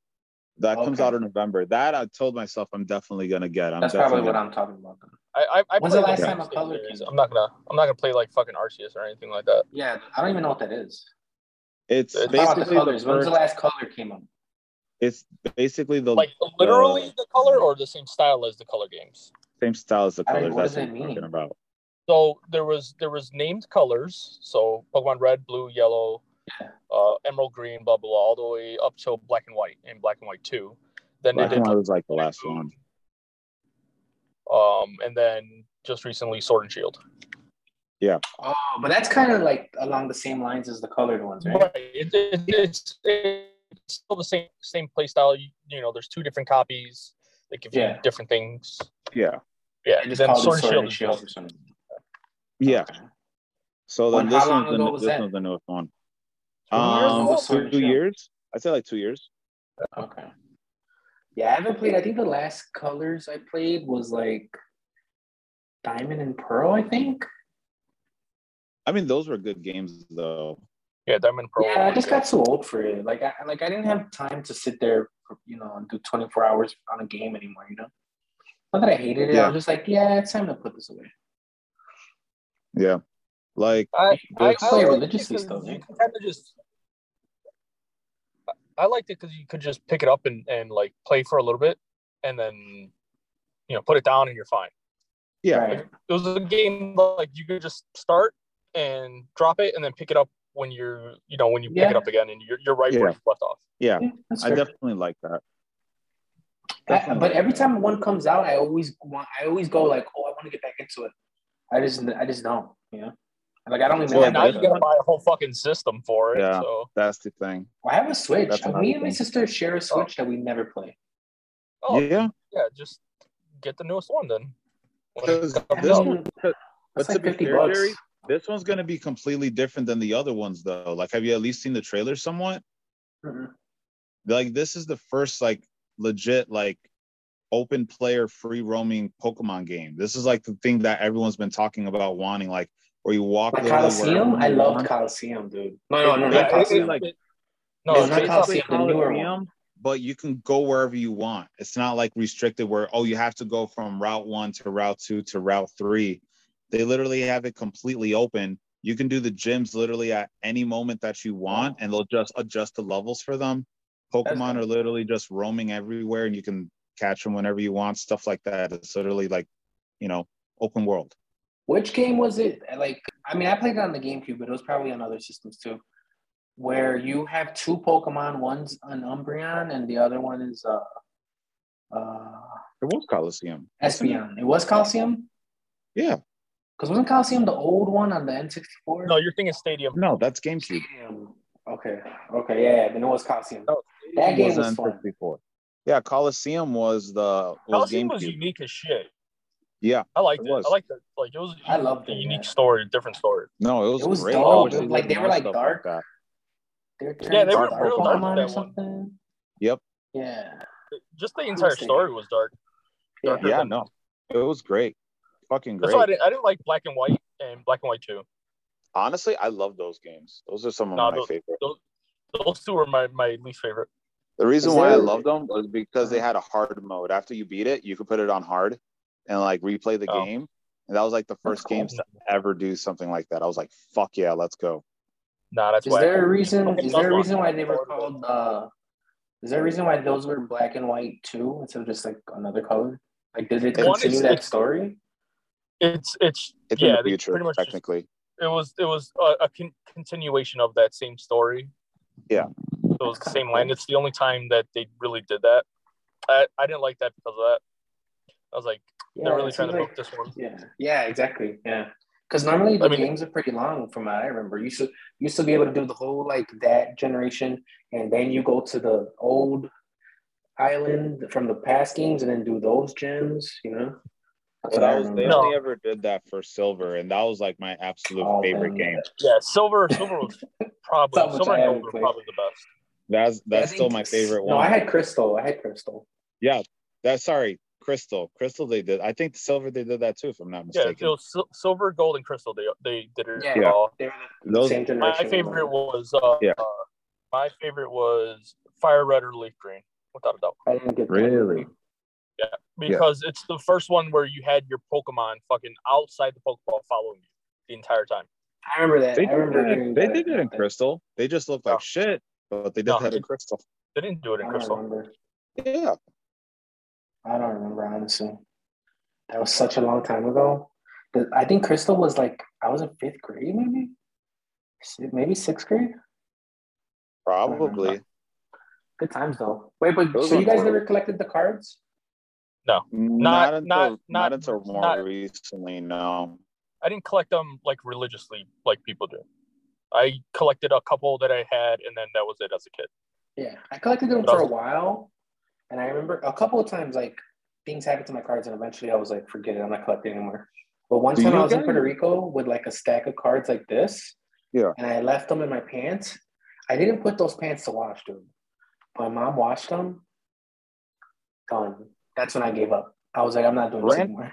[SPEAKER 3] That comes
[SPEAKER 2] Okay.
[SPEAKER 3] out in November. That I told myself I'm definitely gonna get. I'm
[SPEAKER 2] That's
[SPEAKER 3] definitely
[SPEAKER 2] probably what
[SPEAKER 3] gonna-
[SPEAKER 2] I'm talking about. then.
[SPEAKER 4] I I, I
[SPEAKER 2] When's the
[SPEAKER 4] play
[SPEAKER 2] last
[SPEAKER 4] like
[SPEAKER 2] time a
[SPEAKER 4] Arceus
[SPEAKER 2] color
[SPEAKER 4] series.
[SPEAKER 2] came?
[SPEAKER 4] I'm not gonna I'm not gonna play like fucking Arceus or anything like that.
[SPEAKER 2] Yeah, I don't even know what that is.
[SPEAKER 4] It's
[SPEAKER 3] It's
[SPEAKER 2] I'm talking about
[SPEAKER 3] basically
[SPEAKER 2] the
[SPEAKER 3] the
[SPEAKER 2] colors. When's the
[SPEAKER 3] first-
[SPEAKER 2] last color came out?
[SPEAKER 3] It's basically the
[SPEAKER 4] Like
[SPEAKER 3] Uh,
[SPEAKER 4] literally the color or the same style as the color games.
[SPEAKER 3] same style as the
[SPEAKER 2] I mean,
[SPEAKER 3] colors.
[SPEAKER 2] what
[SPEAKER 3] That's
[SPEAKER 2] does
[SPEAKER 3] what
[SPEAKER 2] that
[SPEAKER 3] I'm talking
[SPEAKER 2] mean?
[SPEAKER 3] about.
[SPEAKER 4] So there was there was named colors. So Pokemon Red, Blue, Yellow, uh, Emerald Green, blah blah blah, all the way up till Black and White and Black and White Two. Then
[SPEAKER 3] Black
[SPEAKER 4] they
[SPEAKER 3] and
[SPEAKER 4] did
[SPEAKER 3] white was like the last one.
[SPEAKER 4] um and then just recently Sword and Shield.
[SPEAKER 2] Oh, but that's kind of like along the same lines as the colored ones, right?
[SPEAKER 4] Right. It, it, it's it's still the same same play style. You, you know, there's two different copies. They give
[SPEAKER 2] Yeah.
[SPEAKER 4] you different things.
[SPEAKER 3] Yeah.
[SPEAKER 4] Yeah.
[SPEAKER 2] I just
[SPEAKER 4] then
[SPEAKER 2] called
[SPEAKER 4] Sword
[SPEAKER 2] it
[SPEAKER 4] and
[SPEAKER 2] Sword
[SPEAKER 4] Shield.
[SPEAKER 2] and
[SPEAKER 4] is
[SPEAKER 2] Shield
[SPEAKER 4] just-
[SPEAKER 2] or something.
[SPEAKER 3] Yeah.
[SPEAKER 2] Okay.
[SPEAKER 3] So
[SPEAKER 2] When-
[SPEAKER 3] then
[SPEAKER 2] how
[SPEAKER 3] this
[SPEAKER 2] long
[SPEAKER 3] one's the,
[SPEAKER 2] ago was
[SPEAKER 3] this
[SPEAKER 2] that?
[SPEAKER 3] one's the newest one.
[SPEAKER 2] Two years
[SPEAKER 3] Um,
[SPEAKER 2] ago?
[SPEAKER 3] two-
[SPEAKER 2] Sword and
[SPEAKER 3] two
[SPEAKER 2] Shield.
[SPEAKER 3] years. I say like two years.
[SPEAKER 2] Okay. Yeah, I haven't played. I think the last colors I played was like Diamond and Pearl, I think.
[SPEAKER 3] I mean, those were good games though.
[SPEAKER 4] Yeah, Diamond Pearl.
[SPEAKER 2] Yeah, I just got so old for it. Like, I like I didn't have time to sit there, you know, and do twenty four hours on a game anymore. You know, not that I hated it. I
[SPEAKER 3] Yeah.
[SPEAKER 2] was just like, yeah, it's time to put this away.
[SPEAKER 3] Yeah. Like
[SPEAKER 4] I, I,
[SPEAKER 3] It's
[SPEAKER 4] I
[SPEAKER 2] play
[SPEAKER 4] liked it
[SPEAKER 2] religiously
[SPEAKER 4] 'cause
[SPEAKER 2] still,
[SPEAKER 4] You
[SPEAKER 2] man.
[SPEAKER 4] can kind of just. I liked it because you could just pick it up and, and like play for a little bit, and then, you know, put it down and you're fine.
[SPEAKER 3] yeah.
[SPEAKER 2] Right.
[SPEAKER 4] It was a game like you could just start and drop it, and then pick it up when you're you know when you pick
[SPEAKER 2] Yeah.
[SPEAKER 4] it up again, and you're you're right where
[SPEAKER 3] Yeah.
[SPEAKER 4] you left off.
[SPEAKER 3] Yeah.
[SPEAKER 2] Yeah, that's
[SPEAKER 3] I
[SPEAKER 2] fair.
[SPEAKER 3] definitely like that.
[SPEAKER 2] I, Uh, but every time one comes out, I always want. I always go like, oh, I want to get back into it. I just, I just don't. You know, like I don't even.
[SPEAKER 3] Well,
[SPEAKER 2] have
[SPEAKER 4] now
[SPEAKER 2] a
[SPEAKER 4] you gotta buy a whole fucking system for it.
[SPEAKER 3] Yeah.
[SPEAKER 4] So
[SPEAKER 3] That's the thing.
[SPEAKER 2] I have a Switch.
[SPEAKER 3] That's another
[SPEAKER 2] Me and my
[SPEAKER 3] thing.
[SPEAKER 2] sister share a Switch that we never play.
[SPEAKER 4] oh, yeah.
[SPEAKER 3] yeah.
[SPEAKER 4] just get the newest one then. When it
[SPEAKER 3] Because
[SPEAKER 4] comes
[SPEAKER 3] this
[SPEAKER 4] out.
[SPEAKER 3] one, but
[SPEAKER 2] That's
[SPEAKER 3] to
[SPEAKER 2] like
[SPEAKER 3] be
[SPEAKER 2] fifty
[SPEAKER 3] fair,
[SPEAKER 2] bucks.
[SPEAKER 3] Jerry, this one's gonna be completely different than the other ones though. Like, have you at least seen the trailer somewhat? Mm-hmm.
[SPEAKER 2] Mhm.
[SPEAKER 3] Like, this is the first like legit like open player free roaming Pokemon game. This is like the thing that everyone's been talking about wanting, like where you walk.
[SPEAKER 2] Like
[SPEAKER 3] literally
[SPEAKER 2] Coliseum,
[SPEAKER 3] wherever
[SPEAKER 2] I
[SPEAKER 3] you
[SPEAKER 2] loved
[SPEAKER 3] want.
[SPEAKER 2] Coliseum, dude. No, no, no,
[SPEAKER 3] Yeah,
[SPEAKER 2] not
[SPEAKER 3] it-
[SPEAKER 2] Coliseum.
[SPEAKER 3] it- like-
[SPEAKER 4] no,
[SPEAKER 2] it's
[SPEAKER 4] it's
[SPEAKER 2] not
[SPEAKER 4] based off
[SPEAKER 2] Coliseum,
[SPEAKER 4] the-
[SPEAKER 2] the newer
[SPEAKER 3] Coliseum, But you can go wherever you want. It's not like restricted where oh you have to go from route one to route two to route three. They literally have it completely open. You can do the gyms literally at any moment that you want, and they'll just adjust the levels for them. Pokemon
[SPEAKER 2] nice.
[SPEAKER 3] are literally just roaming everywhere, and you can catch them whenever you want. Stuff like that. It's literally like, you know, open world.
[SPEAKER 2] Which game was it? Like, I mean, I played it on the GameCube, but it was probably on other systems too. Where you have two Pokemon, one's an Umbreon and the other one is uh, uh,
[SPEAKER 3] It was Coliseum.
[SPEAKER 2] Espeon. It was Coliseum,
[SPEAKER 3] Yeah.
[SPEAKER 2] because wasn't Coliseum the old one on the N sixty four?
[SPEAKER 4] No, you're thinking Stadium.
[SPEAKER 3] No, that's GameCube.
[SPEAKER 2] Okay. Okay. Yeah. yeah, Then it was Coliseum.
[SPEAKER 4] No,
[SPEAKER 2] That game
[SPEAKER 3] was
[SPEAKER 2] was
[SPEAKER 3] on
[SPEAKER 2] fun.
[SPEAKER 3] 64. Yeah, Coliseum was the was
[SPEAKER 4] Coliseum was
[SPEAKER 3] GameCube.
[SPEAKER 4] unique as shit.
[SPEAKER 3] Yeah,
[SPEAKER 4] I liked
[SPEAKER 3] It
[SPEAKER 4] it.
[SPEAKER 3] was.
[SPEAKER 4] I liked it. Like it was.
[SPEAKER 2] I loved
[SPEAKER 4] a
[SPEAKER 2] it,
[SPEAKER 4] unique
[SPEAKER 2] yeah.
[SPEAKER 4] story, different story.
[SPEAKER 3] no, it was,
[SPEAKER 2] It was
[SPEAKER 3] great. I
[SPEAKER 2] dope.
[SPEAKER 3] wish
[SPEAKER 2] It-
[SPEAKER 3] did
[SPEAKER 2] like, they
[SPEAKER 3] more
[SPEAKER 2] were, like,
[SPEAKER 3] stuff like
[SPEAKER 2] dark.
[SPEAKER 3] that.
[SPEAKER 2] They're
[SPEAKER 4] Yeah, they
[SPEAKER 2] turning
[SPEAKER 4] were
[SPEAKER 2] into
[SPEAKER 4] real dark
[SPEAKER 2] Pokemon
[SPEAKER 4] that
[SPEAKER 2] or
[SPEAKER 4] one.
[SPEAKER 2] something.
[SPEAKER 3] Yep.
[SPEAKER 2] Yeah.
[SPEAKER 4] Just the entire story was dark.
[SPEAKER 2] Yeah.
[SPEAKER 4] Darker
[SPEAKER 3] Yeah,
[SPEAKER 4] than-
[SPEAKER 3] no, it was great. Fucking
[SPEAKER 4] That's why I
[SPEAKER 3] great.
[SPEAKER 4] didn't, I didn't like Black and White and Black and White Two.
[SPEAKER 3] Honestly, I love those games. Those are some of
[SPEAKER 4] No,
[SPEAKER 3] my
[SPEAKER 4] those-
[SPEAKER 3] favorite.
[SPEAKER 4] Those two were my, my least favorite.
[SPEAKER 3] The reason
[SPEAKER 2] Is
[SPEAKER 3] why I
[SPEAKER 2] there-
[SPEAKER 3] loved them was because
[SPEAKER 4] Uh-huh.
[SPEAKER 3] they had a hard mode. After you beat it, you could put it on hard and like replay the
[SPEAKER 4] Oh.
[SPEAKER 3] game. And that was like the first
[SPEAKER 2] cool.
[SPEAKER 3] games to ever do something like that. I was like, "Fuck yeah, let's go!"
[SPEAKER 4] Nah, that's
[SPEAKER 2] Is
[SPEAKER 4] why.
[SPEAKER 2] there a reason?
[SPEAKER 4] Okay,
[SPEAKER 2] Is there a
[SPEAKER 4] Pokemon.
[SPEAKER 2] reason why they were called? Uh, is there a reason why those were black and white too, instead of just like another color? Like, did it
[SPEAKER 3] One
[SPEAKER 4] is-
[SPEAKER 2] continue that
[SPEAKER 4] it's-
[SPEAKER 2] story?
[SPEAKER 4] it's it's
[SPEAKER 3] It's in
[SPEAKER 4] yeah.
[SPEAKER 3] the
[SPEAKER 4] they
[SPEAKER 3] future,
[SPEAKER 4] pretty much just-
[SPEAKER 3] technically.
[SPEAKER 4] it was it was a, a con- continuation of that same story.
[SPEAKER 3] Yeah.
[SPEAKER 4] so it was the
[SPEAKER 2] That's
[SPEAKER 4] same
[SPEAKER 2] kinda
[SPEAKER 4] land.
[SPEAKER 2] cool.
[SPEAKER 4] It's the only time that they really did that. I, I didn't like that because of that. I was like,
[SPEAKER 2] Yeah,
[SPEAKER 4] they're really
[SPEAKER 2] it
[SPEAKER 4] trying to
[SPEAKER 2] seems
[SPEAKER 4] milk this one.
[SPEAKER 2] like- yeah, yeah, exactly, yeah. Because normally the
[SPEAKER 4] I mean-
[SPEAKER 2] games are pretty long, from what I remember. You used to you used to be able to do the whole like that generation, and then you go to the old island from the past games, and then do those gyms. You know, Um, That's
[SPEAKER 3] But
[SPEAKER 2] what I
[SPEAKER 3] I was, they
[SPEAKER 2] remember.
[SPEAKER 4] No.
[SPEAKER 3] only ever did that for silver, and that was like my absolute
[SPEAKER 2] Oh,
[SPEAKER 3] favorite
[SPEAKER 2] man.
[SPEAKER 3] game.
[SPEAKER 4] Yeah, silver, silver was probably
[SPEAKER 2] Something which
[SPEAKER 4] silver
[SPEAKER 2] I
[SPEAKER 4] and
[SPEAKER 2] haven't
[SPEAKER 4] gold were
[SPEAKER 2] played.
[SPEAKER 4] probably the best.
[SPEAKER 3] That's
[SPEAKER 2] Yeah, I
[SPEAKER 3] that's still
[SPEAKER 2] think-
[SPEAKER 3] my favorite
[SPEAKER 2] No,
[SPEAKER 3] one.
[SPEAKER 2] I had crystal. I had crystal.
[SPEAKER 3] yeah, that's sorry, crystal, crystal. They did. I think silver they did that too, if I'm not
[SPEAKER 4] Yeah,
[SPEAKER 3] mistaken.
[SPEAKER 4] it was sil- silver, gold, and crystal. They they did it
[SPEAKER 2] Yeah.
[SPEAKER 4] all.
[SPEAKER 2] They were the
[SPEAKER 3] Those-
[SPEAKER 2] same generation.
[SPEAKER 4] My favorite was uh,
[SPEAKER 3] Yeah.
[SPEAKER 4] uh, my favorite was fire red or leaf green, without a doubt.
[SPEAKER 2] I didn't get that.
[SPEAKER 3] Really?
[SPEAKER 4] because it's the first one where you had your Pokemon fucking outside the Pokeball following you the entire time.
[SPEAKER 2] I remember that.
[SPEAKER 3] they
[SPEAKER 2] I
[SPEAKER 3] did,
[SPEAKER 2] remember
[SPEAKER 3] that,
[SPEAKER 2] hearing
[SPEAKER 3] they
[SPEAKER 2] that.
[SPEAKER 3] did that in crystal. They just look like
[SPEAKER 4] No.
[SPEAKER 3] shit, but they did
[SPEAKER 4] Oh. No,
[SPEAKER 3] that in
[SPEAKER 4] it-
[SPEAKER 3] crystal.
[SPEAKER 4] They didn't do it
[SPEAKER 2] I
[SPEAKER 4] in
[SPEAKER 2] don't
[SPEAKER 4] Crystal.
[SPEAKER 2] remember.
[SPEAKER 3] Yeah,
[SPEAKER 2] I don't remember honestly. That was such a long time ago. The- I think Crystal was like I was in fifth grade, maybe, Si- maybe sixth grade.
[SPEAKER 3] probably.
[SPEAKER 2] Good times though. Wait, but
[SPEAKER 3] Those
[SPEAKER 2] so you
[SPEAKER 3] ones
[SPEAKER 2] guys
[SPEAKER 3] were-
[SPEAKER 2] never collected the cards?
[SPEAKER 3] Not, until
[SPEAKER 4] not-
[SPEAKER 3] not,
[SPEAKER 4] not-
[SPEAKER 3] until more
[SPEAKER 4] not-
[SPEAKER 3] recently. No,
[SPEAKER 4] I didn't collect them like religiously like people do. I collected a couple that I had, and then that was it as a kid.
[SPEAKER 2] Yeah, I collected them for a while, and I remember a couple of times like things happened to my cards, and eventually I was like, forget it, I'm not collecting anymore. But one
[SPEAKER 3] Do
[SPEAKER 2] time I
[SPEAKER 3] you
[SPEAKER 2] was in
[SPEAKER 3] guys-
[SPEAKER 2] Puerto Rico with like a stack of cards like this,
[SPEAKER 3] Yeah.
[SPEAKER 2] and I left them in my pants. I didn't put those pants to wash, dude. My mom washed them. Done. That's when I gave up. I was like, I'm not doing this
[SPEAKER 3] Ran-
[SPEAKER 2] anymore.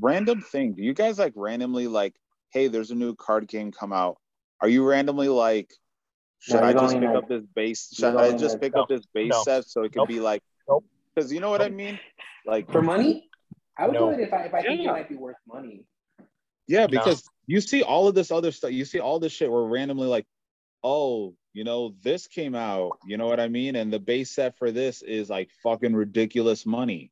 [SPEAKER 3] random thing. Do you guys like randomly like, hey, there's a new card game come out? Are you randomly like, should
[SPEAKER 2] No,
[SPEAKER 3] I
[SPEAKER 2] you don't
[SPEAKER 3] just pick
[SPEAKER 2] even-
[SPEAKER 3] up this base?
[SPEAKER 2] you
[SPEAKER 3] Should
[SPEAKER 2] don't
[SPEAKER 3] I
[SPEAKER 2] even-
[SPEAKER 3] just pick up this base
[SPEAKER 4] No.
[SPEAKER 3] set so it can
[SPEAKER 4] Nope.
[SPEAKER 3] be like,
[SPEAKER 4] Nope.
[SPEAKER 3] because you know what I mean? Like,
[SPEAKER 2] For money, I would
[SPEAKER 4] No.
[SPEAKER 2] do it if I if I think it
[SPEAKER 3] Yeah.
[SPEAKER 2] might be worth money.
[SPEAKER 3] yeah,
[SPEAKER 4] No.
[SPEAKER 3] because you see all of this other stuff. You see all this shit where randomly like, oh, you know, this came out. You know what I mean? And the base set for this is like fucking ridiculous money.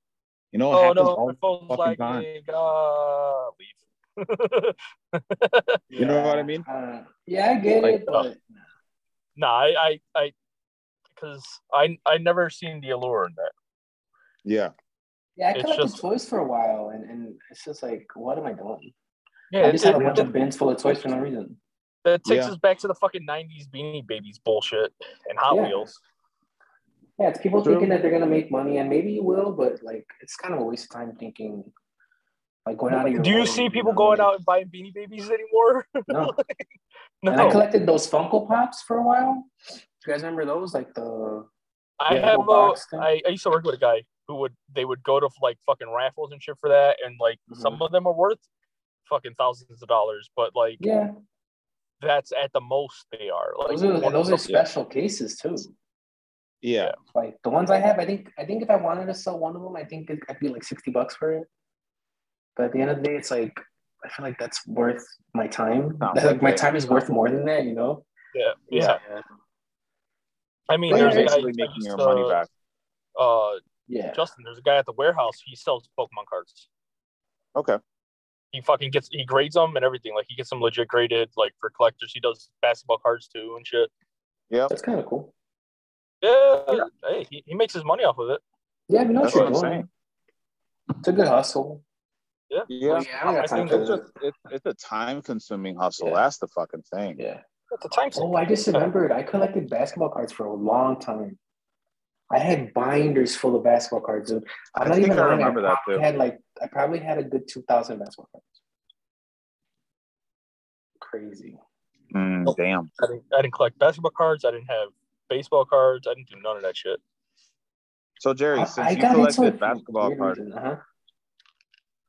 [SPEAKER 3] You know what
[SPEAKER 4] Oh
[SPEAKER 3] happens?
[SPEAKER 4] no,
[SPEAKER 3] all-
[SPEAKER 4] my phone's
[SPEAKER 3] fucking
[SPEAKER 4] like,
[SPEAKER 3] time.
[SPEAKER 4] uh, leave.
[SPEAKER 3] You know what I mean?
[SPEAKER 2] Uh, yeah, I get
[SPEAKER 3] Like,
[SPEAKER 2] it,
[SPEAKER 4] uh,
[SPEAKER 2] but
[SPEAKER 4] nah, I, I, I, because I, I never seen the allure in that.
[SPEAKER 3] Yeah.
[SPEAKER 2] Yeah, I
[SPEAKER 4] It's
[SPEAKER 2] collected
[SPEAKER 4] just-
[SPEAKER 2] toys for a while, and, and it's just like, what am I doing?
[SPEAKER 4] Yeah,
[SPEAKER 2] I
[SPEAKER 4] it,
[SPEAKER 2] just had a
[SPEAKER 4] it-
[SPEAKER 2] bunch of bins full of toys for no reason.
[SPEAKER 4] that takes
[SPEAKER 3] Yeah.
[SPEAKER 4] us back to the fucking '90s Beanie Babies bullshit and Hot
[SPEAKER 2] Yeah.
[SPEAKER 4] Wheels.
[SPEAKER 2] Yeah, it's people
[SPEAKER 3] True.
[SPEAKER 2] thinking that they're gonna make money, and maybe you will, but like, it's kind of a waste of time thinking. Like going out of your
[SPEAKER 4] Do you
[SPEAKER 2] way,
[SPEAKER 4] see
[SPEAKER 2] you
[SPEAKER 4] people
[SPEAKER 2] know,
[SPEAKER 4] going
[SPEAKER 2] like-
[SPEAKER 4] out and buying Beanie Babies anymore?
[SPEAKER 2] No.
[SPEAKER 4] no,
[SPEAKER 2] And I collected those Funko Pops for a while. Do you guys remember those? Like the
[SPEAKER 4] I
[SPEAKER 2] Yeah,
[SPEAKER 4] have.
[SPEAKER 2] whole
[SPEAKER 4] Uh,
[SPEAKER 2] box thing.
[SPEAKER 4] I, I used to work with a guy who would they would go to like fucking raffles and shit for that, and like
[SPEAKER 2] Mm-hmm.
[SPEAKER 4] some of them are worth fucking thousands of dollars, but like
[SPEAKER 2] yeah,
[SPEAKER 4] that's at the most they are. Like
[SPEAKER 2] those are
[SPEAKER 4] one
[SPEAKER 2] and those
[SPEAKER 4] of
[SPEAKER 2] are
[SPEAKER 4] the-
[SPEAKER 2] special cases too.
[SPEAKER 3] Yeah.
[SPEAKER 2] Like the ones I have, I think I think if I wanted to sell one of them, I think it, I'd be like sixty bucks for it. But at the end of the day, it's like I feel like that's worth my time.
[SPEAKER 3] Sounds
[SPEAKER 2] That's, like
[SPEAKER 3] like
[SPEAKER 2] my
[SPEAKER 3] it.
[SPEAKER 2] time is worth more than that, you know.
[SPEAKER 4] yeah, yeah. I mean,
[SPEAKER 2] They
[SPEAKER 3] You're
[SPEAKER 4] there's a guy
[SPEAKER 3] basically making
[SPEAKER 4] just,
[SPEAKER 3] your
[SPEAKER 4] uh,
[SPEAKER 3] money back.
[SPEAKER 4] Uh,
[SPEAKER 2] Yeah,
[SPEAKER 4] Justin, there's a guy at the warehouse. He sells Pokemon cards.
[SPEAKER 3] Okay.
[SPEAKER 4] He fucking gets he grades them and everything. Like he gets them legit graded, like for collectors. He does basketball cards too and shit.
[SPEAKER 3] Yep.
[SPEAKER 2] that's kind of cool.
[SPEAKER 4] Yeah, hey, he, he makes his money off of it.
[SPEAKER 2] Yeah, you know
[SPEAKER 3] That's
[SPEAKER 2] what you're
[SPEAKER 3] what I'm
[SPEAKER 2] doing. It's a good hustle.
[SPEAKER 3] Yeah.
[SPEAKER 2] Like, I don't got
[SPEAKER 4] I
[SPEAKER 2] time
[SPEAKER 4] think
[SPEAKER 2] for
[SPEAKER 3] It's a,
[SPEAKER 2] that.
[SPEAKER 3] it's, it's a time consuming hustle.
[SPEAKER 2] Yeah.
[SPEAKER 3] That's the fucking thing.
[SPEAKER 2] Yeah.
[SPEAKER 4] That's a time.
[SPEAKER 2] Oh, I just remembered. I collected basketball cards for a long time. I had binders full of basketball cards. Dude. I'm
[SPEAKER 3] I
[SPEAKER 2] not
[SPEAKER 3] think
[SPEAKER 2] even
[SPEAKER 3] I
[SPEAKER 2] lying.
[SPEAKER 3] remember that,
[SPEAKER 2] probably
[SPEAKER 3] too.
[SPEAKER 2] Had like I probably had a good two thousand basketball cards. Crazy.
[SPEAKER 3] Mm, damn.
[SPEAKER 4] I didn't, I didn't collect basketball cards. I didn't have baseball cards. I didn't do none of that shit.
[SPEAKER 3] So Jerry,
[SPEAKER 2] I-
[SPEAKER 3] since
[SPEAKER 2] I
[SPEAKER 3] you
[SPEAKER 2] got into it
[SPEAKER 3] collected
[SPEAKER 2] for a
[SPEAKER 3] basketball
[SPEAKER 2] weird
[SPEAKER 3] cards,
[SPEAKER 2] reason, Uh-huh.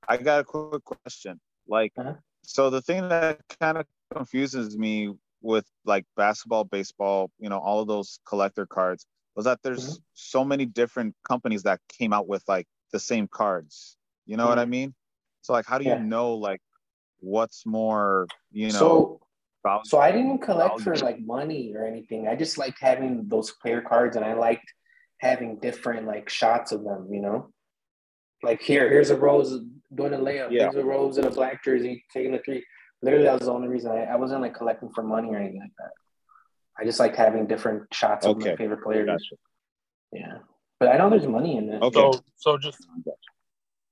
[SPEAKER 3] I got a quick question. Like,
[SPEAKER 2] Uh-huh.
[SPEAKER 3] so the thing that kind of confuses me with like basketball, baseball, you know, all of those collector cards was that there's
[SPEAKER 2] Mm-hmm.
[SPEAKER 3] so many different companies that came out with like the same cards. You know what I mean? So like, how do you
[SPEAKER 2] Mm-hmm. Yeah.
[SPEAKER 3] know like what's more, you know?
[SPEAKER 2] so
[SPEAKER 3] value-
[SPEAKER 2] so I didn't collect for
[SPEAKER 3] value?
[SPEAKER 2] like money or anything. I just liked having those player cards, and I liked having different like shots of them. You know, like here, here's a rose doing a layup.
[SPEAKER 3] Yeah.
[SPEAKER 2] Here's a rose in a black jersey taking a three. Literally, that was the only reason I, I wasn't like collecting for money or anything like that. I just like having different shots of my
[SPEAKER 3] Okay.
[SPEAKER 2] favorite players.
[SPEAKER 3] Gotcha.
[SPEAKER 2] Yeah, but I know there's money in it.
[SPEAKER 3] Okay.
[SPEAKER 4] So, so just,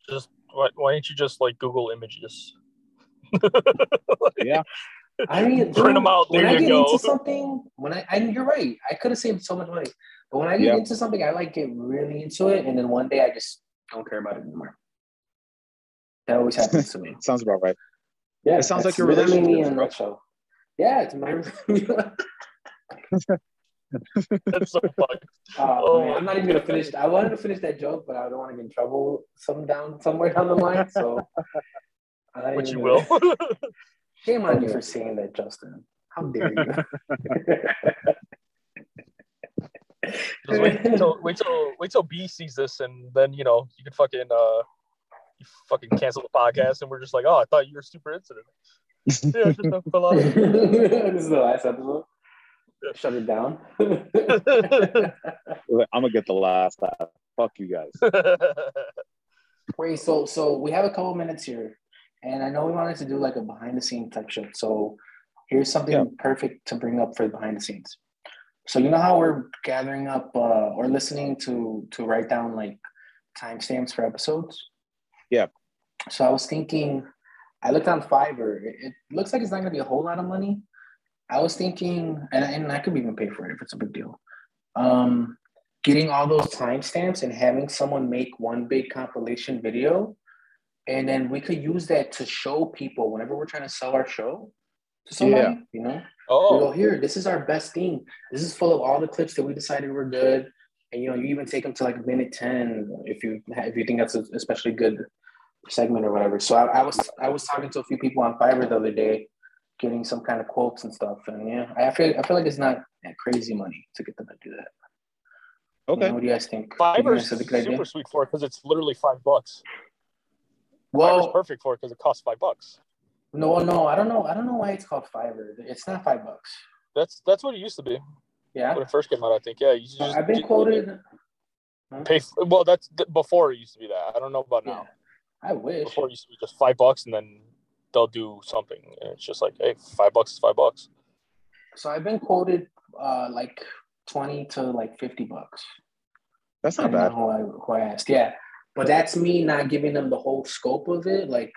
[SPEAKER 4] just why, why don't you just like Google images?
[SPEAKER 3] Yeah.
[SPEAKER 2] I mean,
[SPEAKER 4] Print 'em out,
[SPEAKER 2] When
[SPEAKER 4] there
[SPEAKER 2] I
[SPEAKER 4] you
[SPEAKER 2] get
[SPEAKER 4] go.
[SPEAKER 2] into something, when I and you're right, I could have saved so much money. But when I get
[SPEAKER 3] Yeah.
[SPEAKER 2] into something, I like get really into it, and then one day I just don't care about it anymore. That always happens to me.
[SPEAKER 3] Sounds about right.
[SPEAKER 2] Yeah,
[SPEAKER 3] It sounds
[SPEAKER 2] that's
[SPEAKER 3] like your
[SPEAKER 2] literally me
[SPEAKER 3] relationship,
[SPEAKER 2] and
[SPEAKER 3] bro.
[SPEAKER 2] that show. Yeah, it's my.
[SPEAKER 4] That's so fucked.
[SPEAKER 2] oh,
[SPEAKER 4] Oh
[SPEAKER 2] man,
[SPEAKER 4] my
[SPEAKER 2] I'm not even gonna finish. I wanted to finish that joke, but I don't want to get in trouble some down somewhere down the line. So, I'm not
[SPEAKER 4] Which you
[SPEAKER 2] even
[SPEAKER 4] will.
[SPEAKER 2] gonna- Shame on you for saying that, Justin. How dare you?
[SPEAKER 4] Just wait till wait till wait till B sees this, and then you know you could fucking uh, you fucking cancel the podcast, and we're just like, oh, I thought you were super incident. Yeah, just a philosophy.
[SPEAKER 2] this is the last episode. Shut it down.
[SPEAKER 3] I'm gonna get the last laugh. Fuck you guys.
[SPEAKER 2] Wait, so so we have a couple minutes here, and I know we wanted to do like a behind the scenes type shit. So here's something
[SPEAKER 3] Yeah.
[SPEAKER 2] perfect to bring up for the behind the scenes. So you know how we're gathering up uh, or listening to to write down like timestamps for episodes.
[SPEAKER 3] Yeah.
[SPEAKER 2] So I was thinking, I looked on Fiverr. It, it looks like it's not gonna be a whole lot of money. I was thinking, and, and I could even pay for it if it's a big deal. Um, getting all those timestamps and having someone make one big compilation video. And then we could use that to show people whenever we're trying to sell our show to somebody,
[SPEAKER 3] Yeah.
[SPEAKER 2] you know? We go
[SPEAKER 4] oh,
[SPEAKER 2] here, this is our best thing. This is full of all the clips that we decided were good. And you know, you even take them to like minute 10 if you if you think that's a especially good segment or whatever. So I, I was I was talking to a few people on Fiverr the other day, getting some kind of quotes and stuff. And yeah, I feel I feel like it's not that crazy money to get them to do that. You know,
[SPEAKER 3] Okay.
[SPEAKER 2] what do you guys think? You
[SPEAKER 4] Fiver's
[SPEAKER 2] guys have a good idea?
[SPEAKER 4] super sweet for it because it's literally five bucks. Fiver's
[SPEAKER 2] Well,
[SPEAKER 4] perfect for it because it costs five bucks.
[SPEAKER 2] no, no, I don't know. I don't know why it's called Fiverr. It's not five bucks.
[SPEAKER 4] That's that's what it used to be
[SPEAKER 2] Yeah,
[SPEAKER 4] when it first came out. I think. Yeah, you just
[SPEAKER 2] I've been quoted.
[SPEAKER 4] Pay for, well, that's before it used to be that. I don't know about now.
[SPEAKER 2] Yeah, I wish.
[SPEAKER 4] Before it used to be just five bucks, and then they'll do something, and it's just like, hey, five bucks is five bucks.
[SPEAKER 2] So I've been quoted uh, like twenty to like fifty bucks
[SPEAKER 3] That's not
[SPEAKER 2] I don't
[SPEAKER 3] bad.
[SPEAKER 2] know who I, who I asked. Yeah, but that's me not giving them the whole scope of it. Like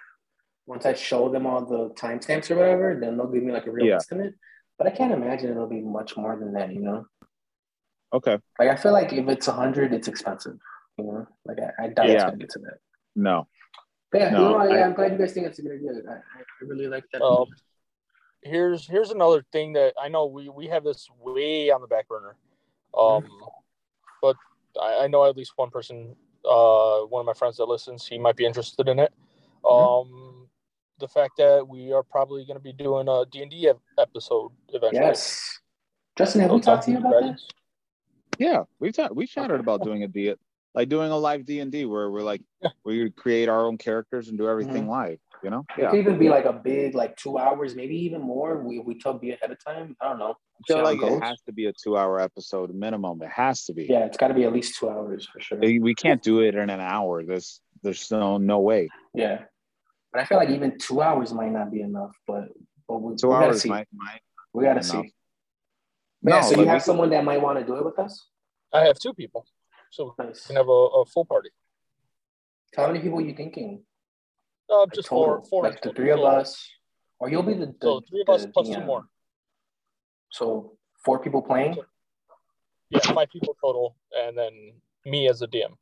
[SPEAKER 2] once I show them all the timestamps or whatever, then they'll give me like a real
[SPEAKER 3] Yeah.
[SPEAKER 2] estimate. But I can't imagine it'll be much more than that. You know,
[SPEAKER 3] Okay.
[SPEAKER 2] like I feel like if it's a hundred, it's expensive. You know, like I, I doubt it's
[SPEAKER 3] Yeah.
[SPEAKER 2] gonna get to that.
[SPEAKER 3] No.
[SPEAKER 2] But yeah,
[SPEAKER 3] No,
[SPEAKER 2] no, I,
[SPEAKER 3] I-
[SPEAKER 2] am glad you guys think that's a good idea. I, I I really like that.
[SPEAKER 4] Um, here's here's another thing that I know we we have this way on the back burner, um,
[SPEAKER 2] Mm-hmm.
[SPEAKER 4] but I, I know at least one person, uh, one of my friends that listens, he might be interested in it.
[SPEAKER 2] Mm-hmm.
[SPEAKER 4] Um, the fact that we are probably going to be doing a D and D episode eventually.
[SPEAKER 2] yes, Justin, have we
[SPEAKER 4] Sometime
[SPEAKER 2] talked to you
[SPEAKER 4] with
[SPEAKER 2] about that?
[SPEAKER 4] guys.
[SPEAKER 3] Yeah, we talked. We chatted about doing a D, like doing a live D and D where we're like we create our own characters and do everything
[SPEAKER 2] Mm-hmm.
[SPEAKER 3] live. You know?
[SPEAKER 2] It could even be like a big, like two hours, maybe even more. We we tell B ahead of time. I don't know.
[SPEAKER 3] I feel
[SPEAKER 2] See how it
[SPEAKER 3] like it
[SPEAKER 2] goes.
[SPEAKER 3] has to be a two-hour episode minimum. It has to be.
[SPEAKER 2] Yeah, it's got to be at least two hours for sure.
[SPEAKER 3] We we can't do it in an hour. There's there's no no way.
[SPEAKER 2] Yeah, but I feel like even two hours might not be enough. But but we,
[SPEAKER 3] Two
[SPEAKER 2] we gotta
[SPEAKER 3] hours
[SPEAKER 2] see.
[SPEAKER 3] might might.
[SPEAKER 2] we gotta
[SPEAKER 3] enough.
[SPEAKER 2] see. But yeah,
[SPEAKER 3] No,
[SPEAKER 2] so
[SPEAKER 3] like,
[SPEAKER 2] you
[SPEAKER 3] we
[SPEAKER 2] have
[SPEAKER 3] could-
[SPEAKER 2] someone that might want to do it with us.
[SPEAKER 4] I have two people, so we
[SPEAKER 2] Nice.
[SPEAKER 4] can have a, a full party.
[SPEAKER 2] How many people are you thinking?
[SPEAKER 4] Uh,
[SPEAKER 2] Like,
[SPEAKER 4] just
[SPEAKER 2] total,
[SPEAKER 4] four, four,
[SPEAKER 2] like the
[SPEAKER 4] total.
[SPEAKER 2] three of
[SPEAKER 4] So-
[SPEAKER 2] us, or you'll be the, the
[SPEAKER 4] So three of us
[SPEAKER 2] the
[SPEAKER 4] plus two
[SPEAKER 2] DM.
[SPEAKER 4] more.
[SPEAKER 2] So four people playing.
[SPEAKER 4] Yeah, five people total, and then me as a DM.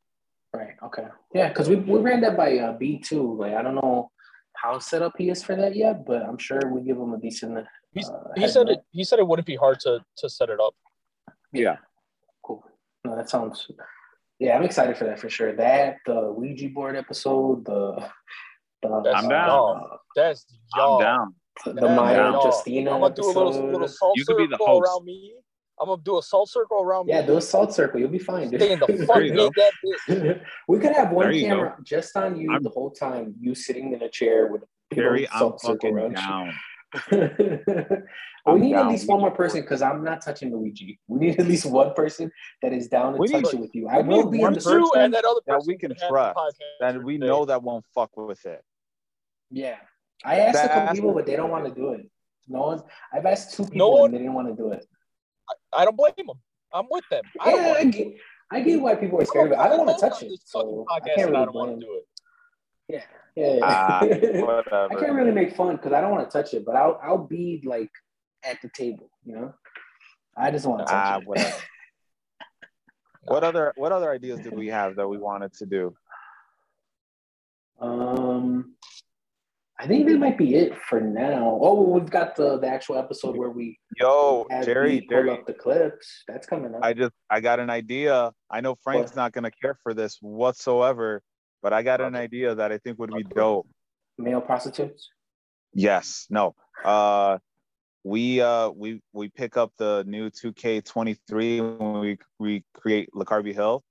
[SPEAKER 2] Right. Okay. Yeah, because we, we ran that by uh, B two. Like I don't know how set up he is for that yet, but I'm sure we give him a decent. Uh,
[SPEAKER 4] He's- He
[SPEAKER 2] heads
[SPEAKER 4] said
[SPEAKER 2] up.
[SPEAKER 4] it. He said it wouldn't be hard to to set it up.
[SPEAKER 3] Yeah.
[SPEAKER 2] Cool. No, that sounds. Yeah, I'm excited for that for sure. That the Ouija board episode, the the
[SPEAKER 4] That's-
[SPEAKER 3] I'm down.
[SPEAKER 2] uh,
[SPEAKER 4] That's
[SPEAKER 3] I'm
[SPEAKER 4] y'all.
[SPEAKER 3] down.
[SPEAKER 2] the
[SPEAKER 4] That's
[SPEAKER 2] Maya
[SPEAKER 3] down.
[SPEAKER 2] and
[SPEAKER 4] y'all.
[SPEAKER 2] Justina
[SPEAKER 4] I'm gonna do a
[SPEAKER 2] episode.
[SPEAKER 4] little little salt
[SPEAKER 3] You could be the
[SPEAKER 4] circle
[SPEAKER 3] host.
[SPEAKER 4] around me. I'm gonna do a salt circle around
[SPEAKER 2] yeah,
[SPEAKER 4] me.
[SPEAKER 2] do a salt circle. You'll be fine. Dude.
[SPEAKER 4] Stay in the fuck
[SPEAKER 3] you
[SPEAKER 4] mid that bitch.
[SPEAKER 2] we could have one
[SPEAKER 3] There you go.
[SPEAKER 2] camera just on you
[SPEAKER 3] I'm-
[SPEAKER 2] the whole time. You sitting in a chair with a big
[SPEAKER 3] Gary,
[SPEAKER 2] old
[SPEAKER 3] I'm
[SPEAKER 2] salt circle
[SPEAKER 3] fucking
[SPEAKER 2] around you.
[SPEAKER 3] down.
[SPEAKER 2] we
[SPEAKER 3] I'm
[SPEAKER 2] need at
[SPEAKER 3] down.
[SPEAKER 2] least one more person because I'm not touching Luigi. We need at least one person that is down to
[SPEAKER 3] We need-
[SPEAKER 2] touch it with you. I
[SPEAKER 3] we need
[SPEAKER 2] will be in
[SPEAKER 3] one
[SPEAKER 4] You
[SPEAKER 2] the
[SPEAKER 3] person
[SPEAKER 2] circle.
[SPEAKER 4] two and that other
[SPEAKER 3] that
[SPEAKER 4] person
[SPEAKER 3] we can
[SPEAKER 4] that had the
[SPEAKER 3] trust,
[SPEAKER 4] podcast
[SPEAKER 3] That we
[SPEAKER 4] today.
[SPEAKER 3] know that won't fuck with it.
[SPEAKER 2] Yeah. I asked a couple
[SPEAKER 3] That's-
[SPEAKER 2] people, but they don't want to do it. No one. I've asked two people,
[SPEAKER 4] one-
[SPEAKER 2] and they didn't want to do it.
[SPEAKER 4] I don't blame them. I'm with them. I don't
[SPEAKER 2] yeah,
[SPEAKER 4] want
[SPEAKER 2] I get, I get why people are
[SPEAKER 4] I'm
[SPEAKER 2] scared,
[SPEAKER 4] a
[SPEAKER 2] but I don't want
[SPEAKER 4] host
[SPEAKER 2] to touch
[SPEAKER 4] on
[SPEAKER 2] it.
[SPEAKER 4] this
[SPEAKER 2] So I
[SPEAKER 4] fucking podcast
[SPEAKER 2] can't
[SPEAKER 4] and I
[SPEAKER 2] really
[SPEAKER 4] don't want
[SPEAKER 2] blame.
[SPEAKER 4] to do it.
[SPEAKER 2] Yeah, yeah.
[SPEAKER 3] Ah,
[SPEAKER 2] I can't
[SPEAKER 3] Whatever.
[SPEAKER 2] really make fun because I don't want to touch it, but I'll I'll be like at the table, you know. I just want to touch
[SPEAKER 3] Ah,
[SPEAKER 2] it.
[SPEAKER 3] whatever. What other what other ideas did we have that we wanted to do?
[SPEAKER 2] Um, I think that might be it for now. Oh, we've got the, the actual episode where we
[SPEAKER 3] Yo,
[SPEAKER 2] had me
[SPEAKER 3] Jerry,
[SPEAKER 2] pull
[SPEAKER 3] Jerry,
[SPEAKER 2] up the clips. That's coming up.
[SPEAKER 3] I just I got an idea. I know Frank's
[SPEAKER 2] What?
[SPEAKER 3] not gonna care for this whatsoever, but I got an
[SPEAKER 4] Okay.
[SPEAKER 3] idea that I think would be
[SPEAKER 4] Okay.
[SPEAKER 3] dope.
[SPEAKER 2] Male prostitutes.
[SPEAKER 3] Yes, no. Uh we uh we we pick up the new 2K23 when we we create LaCarvey Hill.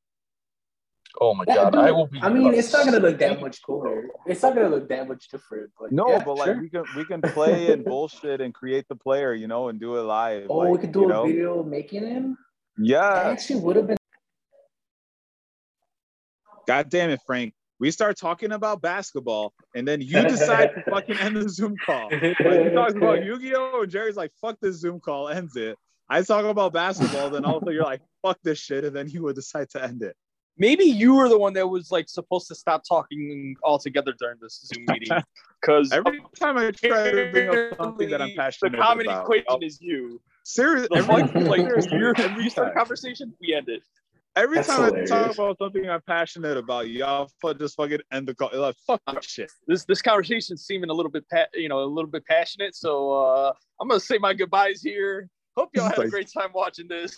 [SPEAKER 4] Oh my
[SPEAKER 2] That-
[SPEAKER 4] god,
[SPEAKER 2] dude,
[SPEAKER 4] I will be.
[SPEAKER 2] I mean, it's not gonna look that
[SPEAKER 4] obsessed.
[SPEAKER 2] much cooler. It's not gonna look that much different. But
[SPEAKER 3] No,
[SPEAKER 2] yeah,
[SPEAKER 3] but like
[SPEAKER 2] sure.
[SPEAKER 3] we can we can play and bullshit and create the player, you know, and do it live.
[SPEAKER 2] oh,
[SPEAKER 3] like,
[SPEAKER 2] we could do
[SPEAKER 3] you
[SPEAKER 2] a
[SPEAKER 3] know? Uh,
[SPEAKER 2] video making him. That
[SPEAKER 3] Yeah.
[SPEAKER 2] actually would have been.
[SPEAKER 3] God damn it, Frank. We start talking about basketball, and then you decide to fucking end the Zoom call. Like, he talks about Yu-Gi-Oh, and Jerry's like, "Fuck this Zoom call, ends it." I talk about basketball, then also you're like, "Fuck this shit," and then you would decide to end it.
[SPEAKER 4] Maybe you were the one that was like supposed to stop talking altogether during this Zoom meeting because
[SPEAKER 3] Every time I try to bring up something that I'm passionate
[SPEAKER 4] The comedy
[SPEAKER 3] about,
[SPEAKER 4] equation is you.
[SPEAKER 3] seriously,
[SPEAKER 4] The
[SPEAKER 3] every,
[SPEAKER 4] fuck, like you're,
[SPEAKER 3] every,
[SPEAKER 4] we start a conversation, we end it.
[SPEAKER 3] every
[SPEAKER 2] That's
[SPEAKER 3] time I talk
[SPEAKER 2] hilarious.
[SPEAKER 3] about something I'm passionate about, y'all fu- just fucking end the call. You're like, "Fuck this shit."
[SPEAKER 4] This this conversation's seeming a little bit, pa- you know, a little bit passionate. So uh, I'm gonna say my goodbyes here. Hope y'all had a great time watching this.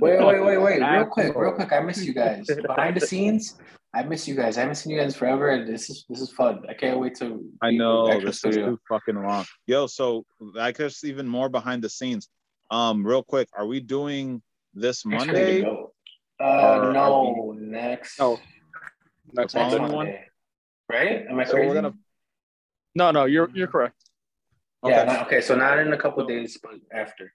[SPEAKER 2] Wait, wait, wait, wait! Real quick,
[SPEAKER 3] Asshole.
[SPEAKER 2] real quick! I miss you guys. Behind the scenes, I miss you guys. I haven't seen you guys forever, and this is this is fun. I can't wait to.
[SPEAKER 3] I
[SPEAKER 2] be
[SPEAKER 3] know
[SPEAKER 2] back in the
[SPEAKER 3] this is
[SPEAKER 2] studio.
[SPEAKER 3] too fucking long. Yo, so I guess even more behind the scenes. Um, real quick, are we doing this
[SPEAKER 2] It's ready to
[SPEAKER 3] Monday?
[SPEAKER 2] go. Uh,
[SPEAKER 3] Or
[SPEAKER 2] no, next.
[SPEAKER 4] No, Next
[SPEAKER 3] The
[SPEAKER 2] next
[SPEAKER 3] following
[SPEAKER 4] Oh, one.
[SPEAKER 2] Monday. Right? Am I
[SPEAKER 3] So
[SPEAKER 2] crazy?
[SPEAKER 3] we're gonna.
[SPEAKER 4] No, no, you're you're correct.
[SPEAKER 2] Yeah.
[SPEAKER 3] Okay.
[SPEAKER 2] Not, okay. So not in a couple days, but after.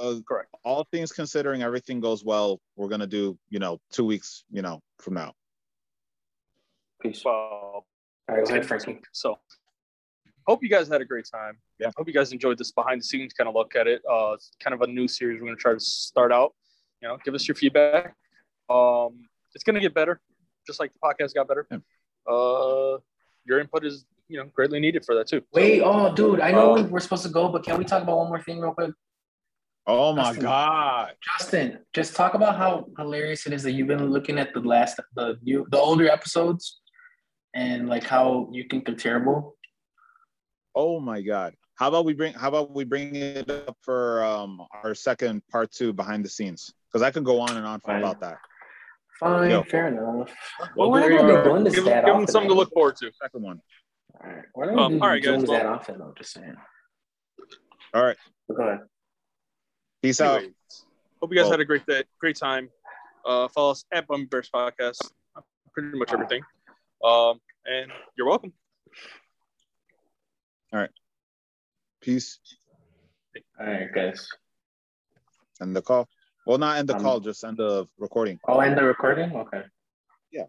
[SPEAKER 3] uh,
[SPEAKER 4] Correct.
[SPEAKER 3] all things considering, everything goes well. We're gonna do, you know, two weeks, you know, from now.
[SPEAKER 2] Peace. All
[SPEAKER 4] Well,
[SPEAKER 2] right. Go ahead, Frankie.
[SPEAKER 4] So, hope you guys had a great time.
[SPEAKER 3] Yeah.
[SPEAKER 4] Hope you guys enjoyed this behind the scenes kind of look at it. Uh, it's kind of a new series we're going to try to start out. You know, give us your feedback. Um, it's gonna get better, just like the podcast got better.
[SPEAKER 3] Yeah.
[SPEAKER 4] Uh, your input is you know greatly needed for that too.
[SPEAKER 2] Wait,
[SPEAKER 4] So,
[SPEAKER 2] oh, dude, I know
[SPEAKER 4] Uh,
[SPEAKER 2] we're supposed to go, but can we talk about one more thing real quick?
[SPEAKER 3] Oh my
[SPEAKER 2] Justin.
[SPEAKER 3] god.
[SPEAKER 2] Justin, just talk about how hilarious it is that you've been looking at the last, the new, the older episodes, and like how you think they're terrible.
[SPEAKER 3] Oh my god. How about we bring how about we bring it up for um our second part two behind the scenes? Because I can go on and on for
[SPEAKER 2] Fine.
[SPEAKER 3] about that.
[SPEAKER 2] Fine,
[SPEAKER 3] Yo.
[SPEAKER 2] fair enough.
[SPEAKER 4] Well,
[SPEAKER 2] we're
[SPEAKER 4] there
[SPEAKER 2] not
[SPEAKER 4] you
[SPEAKER 2] gonna
[SPEAKER 4] are.
[SPEAKER 2] be doing this
[SPEAKER 4] give,
[SPEAKER 2] that
[SPEAKER 4] them- give
[SPEAKER 2] often,
[SPEAKER 4] them something to
[SPEAKER 2] man.
[SPEAKER 4] look forward to.
[SPEAKER 3] Second one.
[SPEAKER 2] All right, we're not
[SPEAKER 4] Um,
[SPEAKER 2] doing
[SPEAKER 4] all right, guys,
[SPEAKER 2] Jones
[SPEAKER 4] well-
[SPEAKER 2] that often though. Just saying.
[SPEAKER 3] All right.
[SPEAKER 2] Go ahead.
[SPEAKER 3] Peace out.
[SPEAKER 4] Anyways, hope you guys
[SPEAKER 3] Well-
[SPEAKER 4] had a great day, great time. Uh, follow us at Bum Bears Podcast, on pretty much everything. Um, and you're welcome.
[SPEAKER 3] Peace.
[SPEAKER 2] All right, guys.
[SPEAKER 3] End the call. Well, not end the
[SPEAKER 2] Um,
[SPEAKER 3] call, just end the recording.
[SPEAKER 2] Oh, end the recording. Okay.
[SPEAKER 3] Yeah.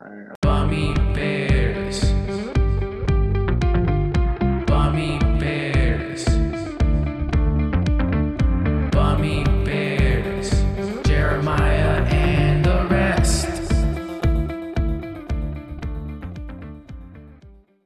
[SPEAKER 2] All right.